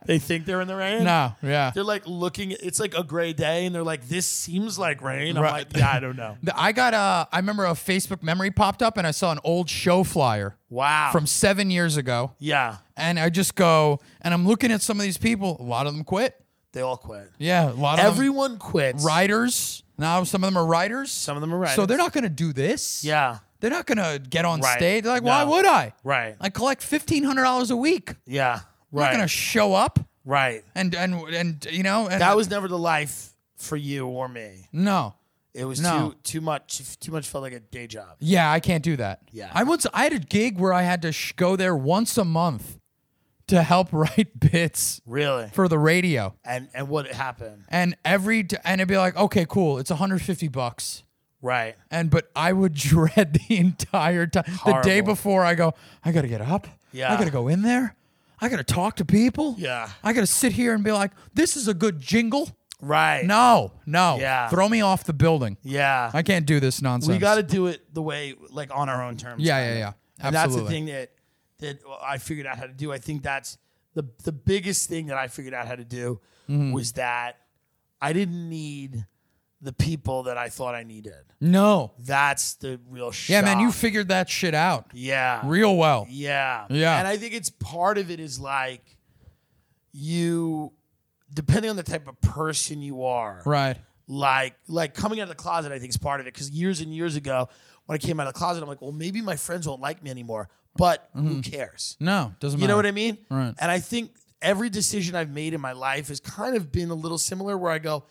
they think they're in the rain. No. Yeah. They're like looking, it's like a gray day, and they're like, this seems like rain. I'm Right. like, yeah, I don't know. The- I got a. I remember a Facebook memory popped up, and I saw an old show flyer Wow. from seven years ago, yeah. and I just go and I'm looking at some of these people. A lot of them quit. They all quit. Yeah. A lot of them Everyone quits. writers. Now some of them are writers. Some of them are right. So they're not going to do this. Yeah. They're not going to get on Right. stage. They're like, why No. would I? Right. I collect fifteen hundred dollars a week. yeah. I'm not Right. going to show up. right. And and and you know. And That was never the life for you or me. no. It was No. too too much. Too much felt like a day job. Yeah, I can't do that. Yeah. I once I had a gig where I had to sh- go there once a month to help write bits Really? for the radio. And and what happened? And every t- and it'd be like, okay, cool, it's 150 bucks. Right. And but I would dread the entire time. The day Horrible. before, I go, I gotta get up. Yeah. I gotta go in there. I gotta talk to people. Yeah. I gotta sit here and be like, this is a good jingle. Right. No, no. Yeah. Throw me off the building. Yeah. I can't do this nonsense. we got to do it the way, like on our own terms. Yeah, kinda. yeah, yeah. And that's the Absolutely. thing that that I figured out how to do. I think that's the the biggest thing that I figured out how to do Mm-hmm. was that I didn't need the people that I thought I needed. No. That's the real shit. Yeah, man, you figured that shit out yeah. real well. Yeah. Yeah. And I think it's part of it is like you depending on the type of person you are. Right. Like like coming out of the closet I think is part of it cuz years and years ago when I came out of the closet I'm like, "Well, maybe my friends won't like me anymore." But who cares? No, doesn't matter. You know what I mean? Mm-hmm. Right. And I think every decision I've made in my life has kind of been a little similar where I go,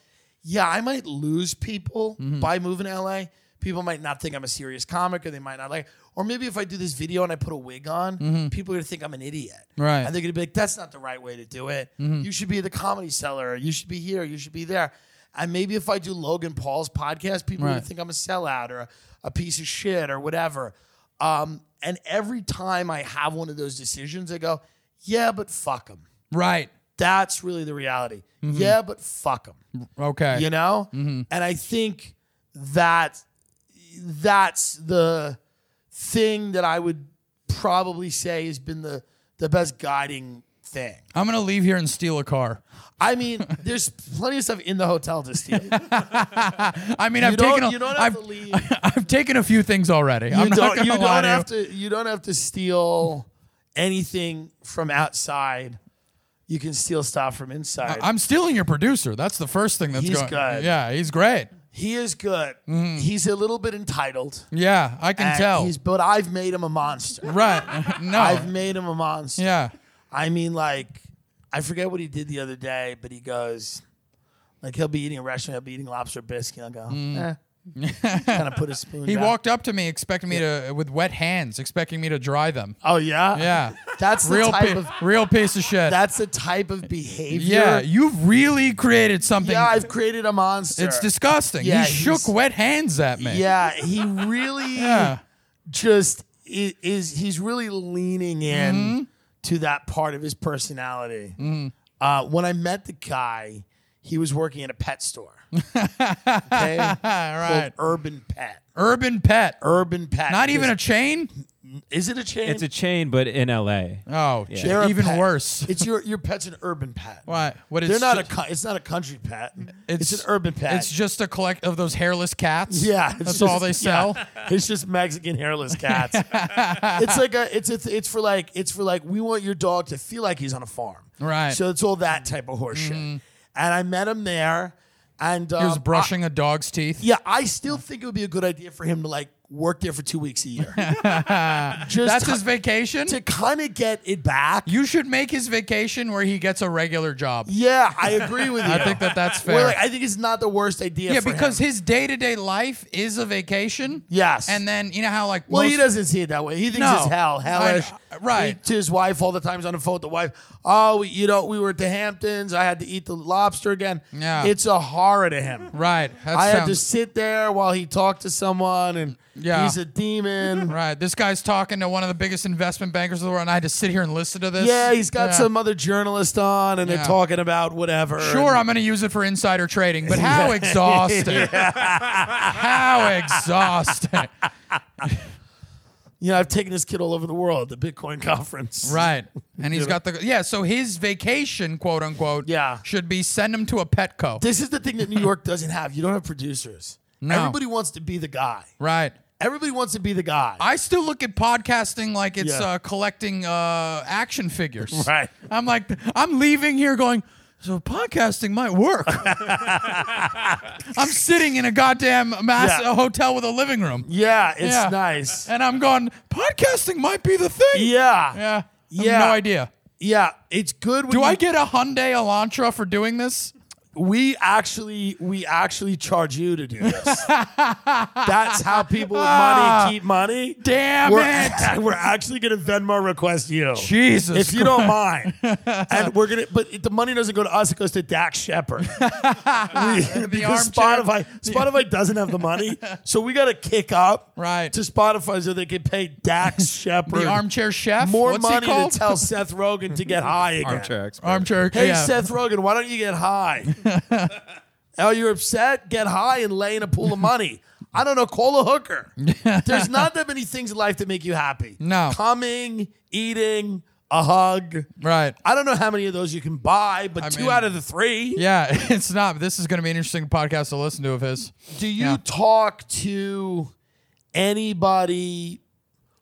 yeah, I might lose people Mm-hmm. by moving to LA. People might not think I'm a serious comic or they might not like, or maybe if I do this video and I put a wig on, people are going to think I'm an idiot. Mm-hmm. Right. And they're going to be like, that's not the right way to do it. You should be at the comedy cellar. or You should be here. You should be there. And maybe if I do Logan Paul's podcast, people are gonna Right. think I'm a sellout or a, a piece of shit or whatever. Um, and every time I have one of those decisions, I go, yeah, but fuck them. Right. That's really the reality. Yeah, but fuck them. Okay. You know? And I think that that's the thing that I would probably say has been the, the best guiding thing. I'm gonna leave here and steal a car. I mean, there's plenty of stuff in the hotel to steal. You I mean, I've don't, taken a, you don't have I've, to leave. I've taken a few things already. You I'm not don't, gonna you lie don't to have to you don't have to steal anything from outside. You can steal stuff from inside. I'm stealing your producer. That's the first thing that's He's going. good. Yeah, he's great. he is good. He's a little bit entitled. Yeah, I Mm-hmm. can and tell. He's, but I've made him a monster. right. No. I've made him a monster. yeah. I mean, like, I forget what he did the other day, but he goes, like, he'll be eating a restaurant, he'll be eating lobster biscuit. I'll go, kind of put a spoon. Mm. He down. walked up to me expecting me to with wet hands, expecting me to dry them. Oh yeah, Yeah. That's the real type pi- of real piece of shit. that's the type of behavior. yeah, you've really created something. yeah. I've created a monster. it's disgusting. Yeah, he shook he's- wet hands at me. Yeah, he really Yeah. just i- is. He's really leaning in Mm-hmm. to that part of his personality. Uh, when I met the guy, he was working at a pet store. okay, called All right. Urban Pet. Urban pet. Urban Pet. Not even a chain? Is it a chain? It's a chain, but in L.A. Oh, shit, They're a even pet. worse. It's your your pet's an urban pet. Why? What is They're not a. co- It's not a country pet. It's, an urban pet. It's just a collect of those hairless cats. Yeah, it's that's just- all they yeah. Uh, sell. It's just Mexican hairless cats. it's like a it's it's it's for like it's for like we want your dog to feel like he's on a farm. Right. Mm-hmm. So it's all that type of horseshit. And I met him there, and um, He was brushing a dog's teeth. I- yeah, I still think it would be a good idea for him to like work there for two weeks a year. just That's to, his vacation. to kind of get it back. You should make his vacation where he gets a regular job. yeah, I agree with you. I think that that's Well, fair. like, I think it's not the worst idea. yeah, for because him. his day to day life is a vacation. yes, And then you know how like Well, most, he doesn't see it that way. He thinks No. it's hell, hellish. I- Uh, right. He- to his wife all the time. He's on the phone with the wife. Oh, we, you know, we were at the Hamptons. I had to eat the lobster again. Yeah. It's a horror to him. Right. That I had to sounds- sit there while he talked to someone, and Yeah. he's a demon. Right. This guy's talking to one of the biggest investment bankers in the world, and I had to sit here and listen to this. Yeah, he's got Yeah. some uh, other journalist on, and Yeah. they're talking about whatever. Sure, and- I'm going to use it for insider trading, but how exhausting! How exhausting! you know, I've taken this kid all over the world, the Bitcoin conference. Right, and he's got the yeah. So his vacation, quote unquote, Yeah. should be send him to a Petco. This is the thing that New York doesn't have. You don't have producers. No. Everybody wants to be the guy. right. Everybody wants to be the guy. I still look at podcasting like it's Yeah. uh, collecting uh, action figures. Right. I'm like, I'm leaving here going. So podcasting might work. I'm sitting in a goddamn mass Yeah. hotel with a living room, Yeah, it's Yeah. nice. and I'm going. Podcasting might be the thing. Yeah. yeah. Yeah. I have Yeah. no idea. it's good when Do I you- get a Hyundai Elantra for doing this? we actually we actually charge you to do this. That's how people with money keep money. Damn we're, it. We're actually gonna Venmo request you. Jesus If you don't mind. And we're gonna but it- the money doesn't go to us, it goes to Dax Shepard. because armchair- Spotify Spotify doesn't have the money. So we gotta kick up Right. to Spotify so they can pay Dax Shepard The armchair chef. more What's he money to called? tell Seth Rogen to get high again. Armchair. Hey, yeah. Seth Rogen, why don't you get high? oh, you're upset? Get high and lay in a pool of money. I don't know. Call a hooker. There's not that many things in life that make you happy. No. Coming, eating, a hug. Right. I don't know how many of those you can buy, but I two mean- out of the three. Yeah, it's not. This is going to be an interesting podcast to listen to of his. Do you Yeah. talk to anybody?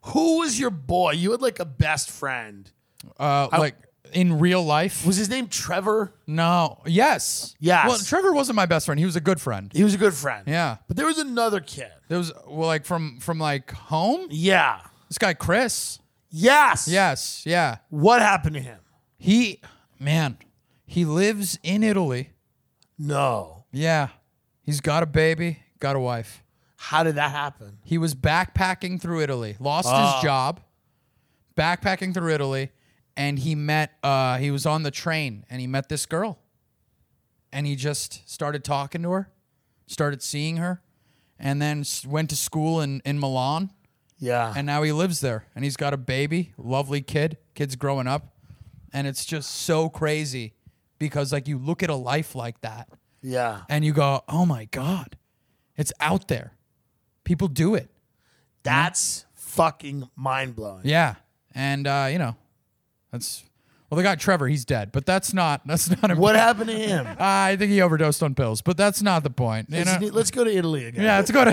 Who was your boy? You had like a best friend. Uh, like in real life. Was his name Trevor? no. Yes. Yes. Well, Trevor wasn't my best friend. He was a good friend. He was a good friend. Yeah. But there was another kid. There was well, like from from like home. Yeah. This guy Chris. Yes. Yes. Yeah. What happened to him? He man, he lives in Italy. No. Yeah. He's got a baby, got a wife. How did that happen? He was backpacking through Italy, lost his job, backpacking through Italy, and he met. Uh, he was on the train and he met this girl, and he just started talking to her, started seeing her, and then s- went to school in in Milan, Yeah. and now he lives there, and he's got a baby, lovely kid, kid's growing up, and it's just so crazy because like you look at a life like that yeah. and you go, oh my god, it's out there, people do it. That's fucking mind blowing. Yeah, and uh, you know, that's well, they got Trevor. He's dead, but that's not that's not important. What happened to him? I think he overdosed on pills, but that's not the point. You know? Let's- Let's go to Italy again. Yeah, let's go to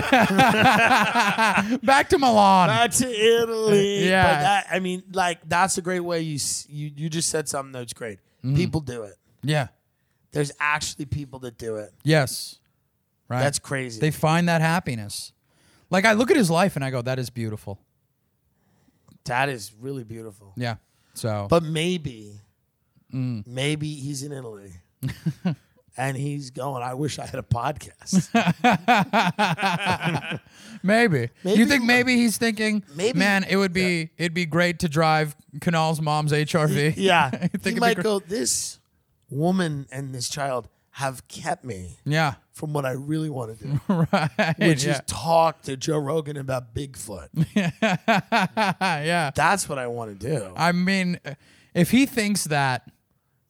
back to Milan. Back to Italy. Yeah. But that- I mean, like, that's a great way you s- you, you just said something that's great. Mm. People do it. yeah. There's actually people that do it. Yes. Right. That's crazy. They find that happiness. Like I look at his life and I go, that is beautiful. that is really beautiful. Yeah. Mm. So But maybe, maybe he's in Italy and he's going, I wish I had a podcast. maybe. Maybe- you think maybe he's thinking, Maybe- man, it would be it'd be great to drive Canal's mom's HRV. Yeah. it'd he be might great. go, this woman and this child have kept me Yeah. from what I really want to do, Right. which yeah. is talk to Joe Rogan about Bigfoot. yeah. That's what I want to do. I mean, if he thinks that,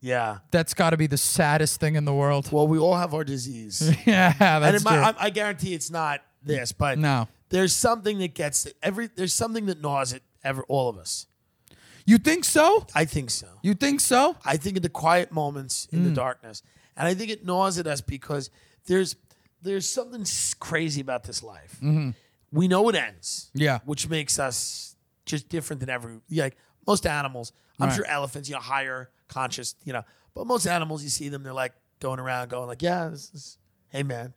Yeah. that's got to be the saddest thing in the world. Well, we all have our disease. yeah, and that's it true. might, I, I guarantee it's not this, but No. there's something that gets every, there's something that gnaws at every, all of us. you think so? I think so. You think so? I think in the quiet moments in the darkness, and I think it gnaws at us because there's there's something s- crazy about this life. We know it ends, Yeah. which makes us just different than every like most animals. I'm Right. sure elephants, you know, higher conscious, you know, but most animals, you see them, they're like going around, going like, yeah, this is, hey man,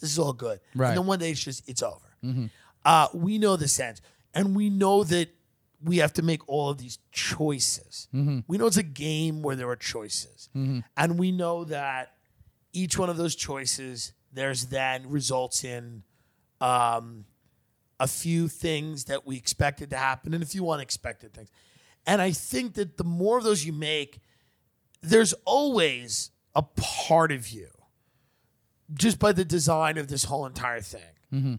this is all good, Right. And then one day it's just it's over. Uh, we know the sense, and we know that we have to make all of these choices. We know it's a game where there are choices, and we know that each one of those choices there's then results in um, a few things that we expected to happen and a few unexpected things. And I think that the more of those you make, there's always a part of you just by the design of this whole entire thing.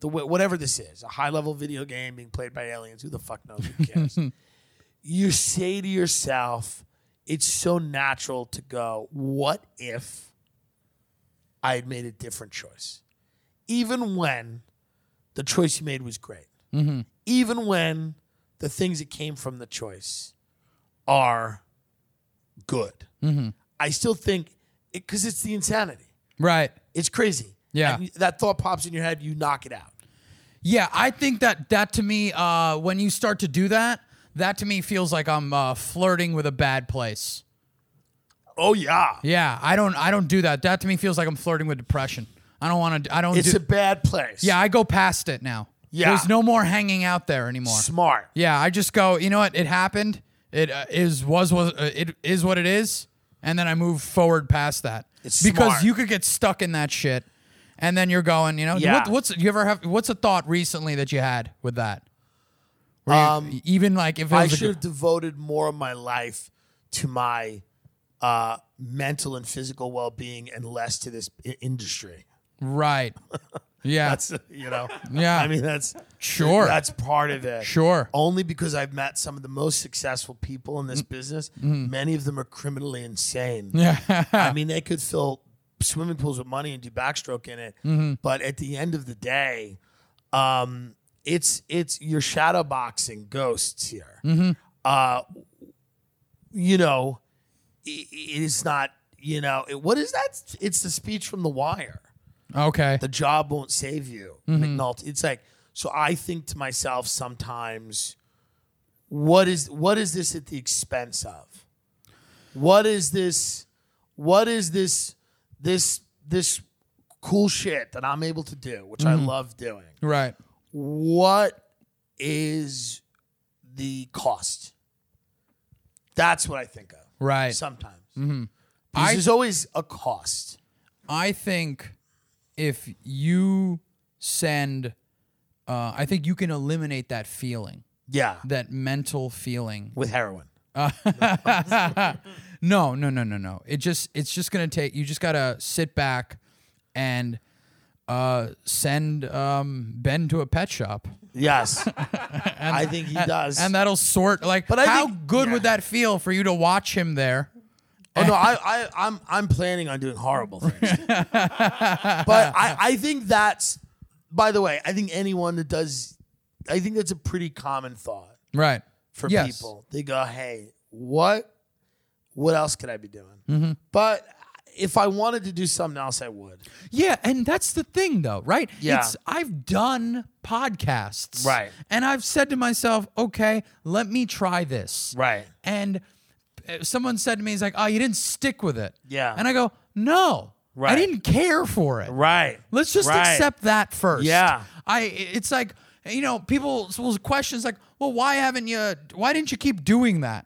The way, whatever this is, a high level video game being played by aliens, who the fuck knows? Who cares? you say to yourself, it's so natural to go, what if I had made a different choice? Even when the choice you made was great, even when the things that came from the choice are good, I still think, because it's the insanity. Right. It's crazy. Yeah. And that thought pops in your head, you knock it out. Yeah, I think that that to me, uh, when you start to do that, that to me feels like I'm uh, flirting with a bad place. Oh yeah. Yeah, I don't, I don't do that. That to me feels like I'm flirting with depression. I don't want to. I don't. It's do, a bad place. yeah, I go past it now. Yeah. There's no more hanging out there anymore. Smart. Yeah, I just go. You know what? It happened. It uh, is was was uh, it is what it is, and then I move forward past that. It's because smart. you could get stuck in that shit, and then you're going. You know, Yeah. what, what's you ever have? What's a thought recently that you had with that? Where you- even like if it Um, I was a should gr- have devoted more of my life to my uh, mental and physical well being and less to this I- industry. right, yeah, That's you know, Yeah. I mean, that's Sure. That's part of it. Sure. Only because I've met some of the most successful people in this Mm. business. Mm-hmm. Many of them are criminally insane. yeah, I mean, they could fill swimming pools with money and do backstroke in it, but at the end of the day, um, it's it's you're shadow boxing ghosts here. Uh, you know, i it is not. You know, it, what is that? It's the speech from The Wire okay, the job won't save you, Mm-hmm. McNulty. It's like so. I think to myself sometimes, what is what is this at the expense of? What is this? What is this? This this cool shit that I'm able to do, which Mm-hmm. I love doing. right, What is the cost? That's what I think of right. Mm-hmm. sometimes. Because I- there's always a cost. I think if you send, uh, I think you can eliminate that feeling, Yeah, that mental feeling. with heroin. No, no, no, no, no. It just, it's just gonna take. You just gotta sit back and uh, send um, Ben to a pet shop, Yes, I think he does. and that'll sort. Like, But I how think- good yeah. would that feel for you to watch him there? Oh no, I, I I'm I'm planning on doing horrible things. but I, I think that's by the way, I think anyone that does I think that's a pretty common thought Right. for Yes. people. They go, hey, what what else could I be doing? Mm-hmm. But if I wanted to do something else, I would. Yeah, and that's the thing though, right? Yeah. It's I've done podcasts. Right. And I've said to myself, okay, let me try this. Right. And uh, someone said to me, he's like, oh, you didn't stick with it. Yeah. And I go, no. I Right. didn't care for it. Right. Let's just Right. accept that first. Yeah. I it's like you know people will questions like, well, why haven't you? Why didn't you keep doing that?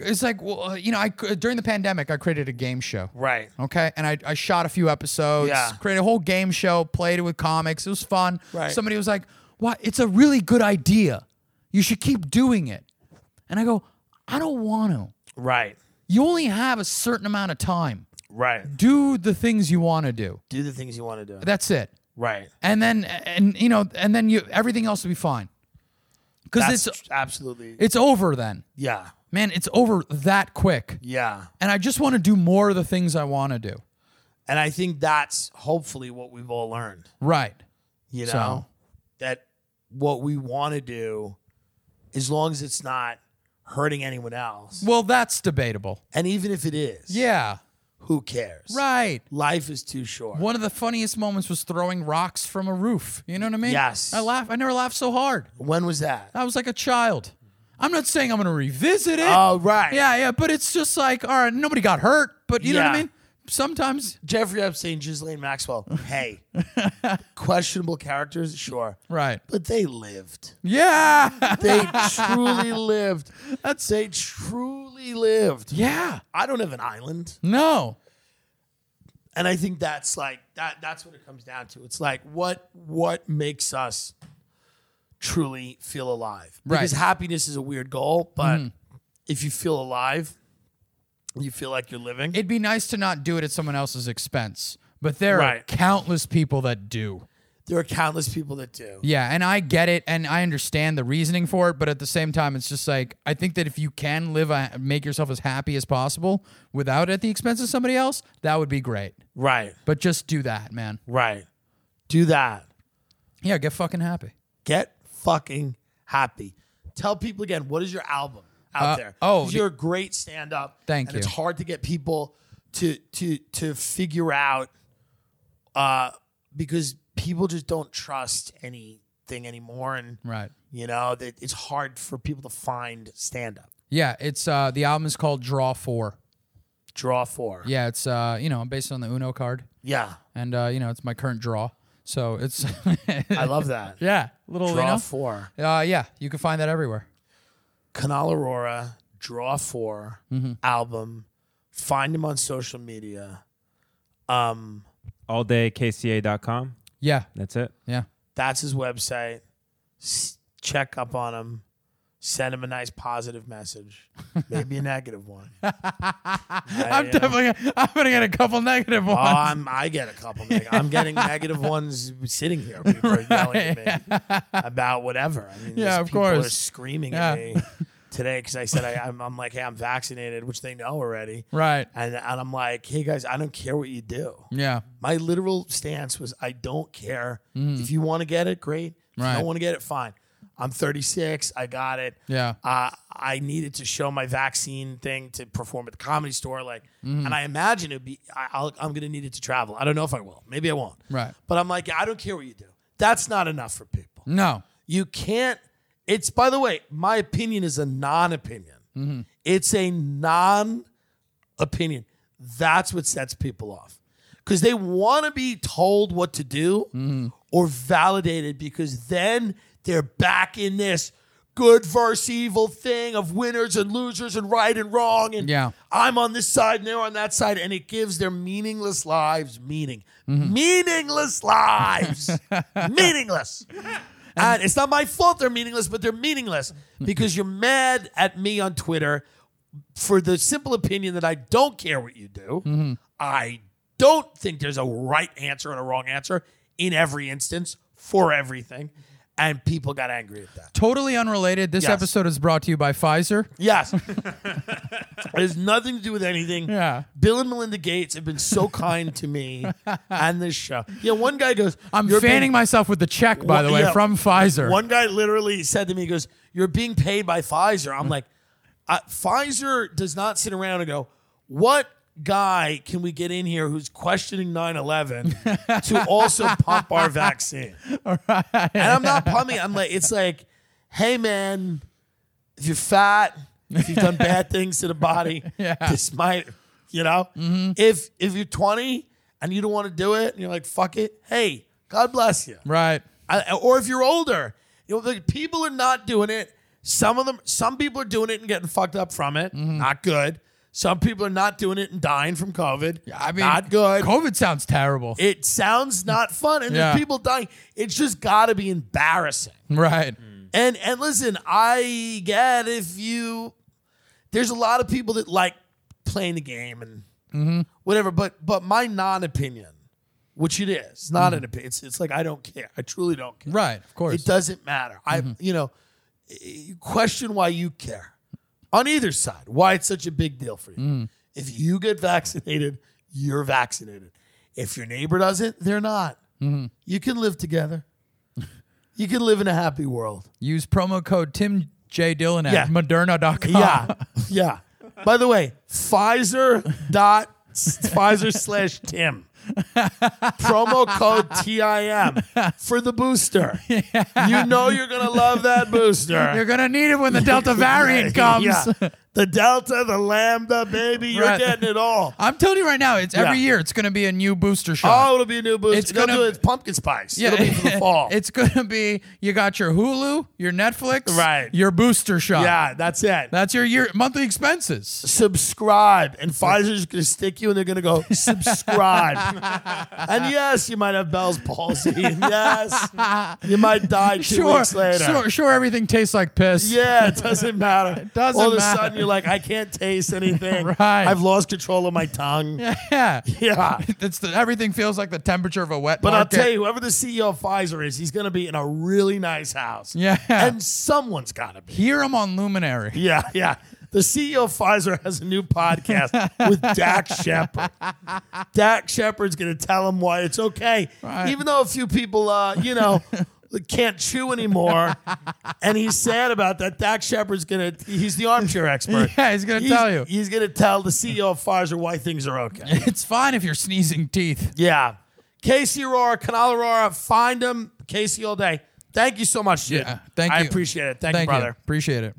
It's like, well, uh, you know, I during the pandemic I created a game show. Right. Okay. And I, I shot a few episodes, Yeah. created a whole game show, played it with comics. It was fun. Right. Somebody was like, Why it's a really good idea. You should keep doing it. And I go, I don't want to. Right. You only have a certain amount of time. Right. Do the things you want to do. Do the things you want to do. That's it. Right. And then and you know, and then you everything else will be fine. Cuz That's it's absolutely it's over then. yeah. Man, it's over that quick. Yeah. And I just want to do more of the things I want to do. And I think that's hopefully what we've all learned. Right. you know So- that what we want to do as long as it's not hurting anyone else Well, that's debatable. and even if it is Yeah. who cares Right. life is too short One of the funniest moments was throwing rocks from a roof. You know what I mean? Yes. I laugh. I never laughed so hard. when was that I was like a child. I'm not saying I'm going to revisit it. oh right Yeah, yeah. But it's just like, all right, nobody got hurt. But you know what I Yeah. mean? Sometimes, jeffrey epstein ghislaine maxwell hey questionable characters sure right. but they lived Yeah. they truly lived that's they truly lived yeah. i don't have an island No. and I think that's like that. That's what it comes down to. It's like what what makes us truly feel alive. Because Right. happiness is a weird goal, but if you feel alive, you feel like you're living. It'd be nice to not do it at someone else's expense. But there are Right. countless people that do. there are countless people that do. Yeah, and I get it, and I understand the reasoning for it, but at the same time, it's just like I think that if you can live, a, make yourself as happy as possible without at the expense of somebody else, that would be great. Right. But just do that, man. Right. Do that. Yeah, get fucking happy. Get fucking happy. Tell people again. What is your album out Uh, there? oh, 'Cause the- you're a great stand up. Thank and you. It's hard to get people to to to figure out uh because people just don't trust anything anymore and Right. you know that it's hard for people to find stand up. Yeah, it's uh the album is called Draw Four. Draw four. Yeah, it's uh you know based on the Uno card, Yeah. and uh you know it's my current draw, so it's I love that. yeah little Draw you four. know, uh yeah you can find that everywhere. Mm-hmm. Canal Aurora, Draw 4 album, Find him on social media. Um, alldaykca.com. Yeah, That's it. yeah. that's his website. S- check up on him. Send him a nice positive message, maybe a negative one. I'm yeah. definitely gonna, I'm gonna get a couple negative Oh, ones. I'm, I get a couple. Neg- I'm getting negative ones sitting here. People are yelling at me about whatever. I mean, Yeah, these of people Are course. screaming Yeah. at me today because I said I, I'm, I'm like, hey, I'm vaccinated, which they know already, right. and and I'm like, hey guys, I don't care what you do. Yeah. My literal stance was, I don't care. If you want to get it, great. If you Mm. Right. don't want to get it, fine. I'm 36. I got it. Yeah. Uh, I needed to show my vaccine thing to perform at the comedy store, like, Mm-hmm. and I imagine it'd be. I, I'll, I'm gonna need it to travel. I don't know if I will. Maybe I won't. Right. But I'm like, I don't care what you do. That's not enough for people. No. You can't. It's by the way, my opinion is a non-opinion. It's a non-opinion. That's what sets people off because they want to be told what to do or validated because then they're back in this good versus evil thing of winners and losers and right and wrong and Yeah. I'm on this side and they're on that side and it gives their meaningless lives meaning. Meaningless lives. meaningless. And it's not my fault they're meaningless, but they're meaningless because you're mad at me on Twitter for the simple opinion that I don't care what you do. Mm-hmm. I don't think there's a right answer and a wrong answer in every instance for everything. And people got angry at that. Totally unrelated. This Yes. episode is brought to you by Pfizer. Yes. it has nothing to do with anything. Yeah. Bill and Melinda Gates have been so kind to me and this show. Yeah, one guy goes, I'm "You're being- fanning myself with the check, by the Wha- way, yeah. from Pfizer. One guy literally said to me, he goes, You're being paid by Pfizer. I'm like, uh, Pfizer does not sit around and go, What guy can we get in here who's questioning 9 11 to also pump our vaccine? And I'm not pumping. I'm like, It's like, Hey, man, if you're fat, if you've done bad things to the body, this might, you know, Mm-hmm. if if you're 20 and you don't want to do it and you're like, fuck it, hey, God bless you. Right. I, or if you're older, you know, the people are not doing it. Some of them, some people are doing it and getting fucked up from it. Mm-hmm. Not good. Some people are not doing it and dying from COVID. I mean, not good. COVID sounds terrible. it sounds not fun, and Yeah. there's people dying. It's just got to be embarrassing. right. And and listen, I get if you there's a lot of people that like playing the game and Mm-hmm. whatever, but but my non-opinion, which it is, not an Mm-hmm. opinion. It's, it's like I don't care. I truly don't care. Right. Of course. Mm-hmm. It doesn't matter. I, you know, eh, question why you care on either side, why it's such a big deal for you. Mm. If you get vaccinated, you're vaccinated. If your neighbor doesn't, they're not. Mm-hmm. You can live together. you can live in a happy world. Use promo code Tim J Dillon at Yeah. Moderna.com. Yeah. yeah. By the way, Pfizer dot Pfizer slash Tim. Promo code TIM for the booster. You know you're gonna love that booster. You're gonna need it when the Delta variant comes. Yeah. The Delta, the Lambda, baby, you're Right. getting it all. I'm telling you right now, it's every Yeah. year it's gonna be a new booster shot. Oh, it'll be a new booster. It's It's gonna gonna- do it's pumpkin spice. It'll be for the fall. it's gonna be you got your Hulu, your Netflix, Right. your booster shot. yeah, that's it. That's your year monthly expenses. subscribe. And Pfizer's going to stick you and they're going to go, subscribe. and yes, you might have Bell's palsy. And yes, you might die two Sure, weeks later. sure, sure. Everything tastes like piss. Yeah, it doesn't matter. It doesn't All of matter. a sudden, you're like, I can't taste anything. Right. I've lost control of my tongue. Yeah. Yeah, it's the, everything feels like the temperature of a wet. But I'll market. tell you, whoever the CEO of Pfizer is, he's going to be in a really nice house. Yeah. And someone's got to be. hear them on Luminary. Yeah, yeah. The CEO of Pfizer has a new podcast with Dak Shepard. Dak Shepard's going to tell him why it's okay, Right. even though a few people, uh, you know, can't chew anymore, and he's sad about that. Dak Shepard's going to—he's the armchair expert. Yeah, he's gonna tell you. He's going to tell the CEO of Pfizer why things are okay. It's fine if you're sneezing teeth. yeah, Casey Aurora, Canal Aurora, find him, Casey all day. Thank you so much. dude. Yeah, thank I you. appreciate it. Thank, Thank you, brother. Appreciate it.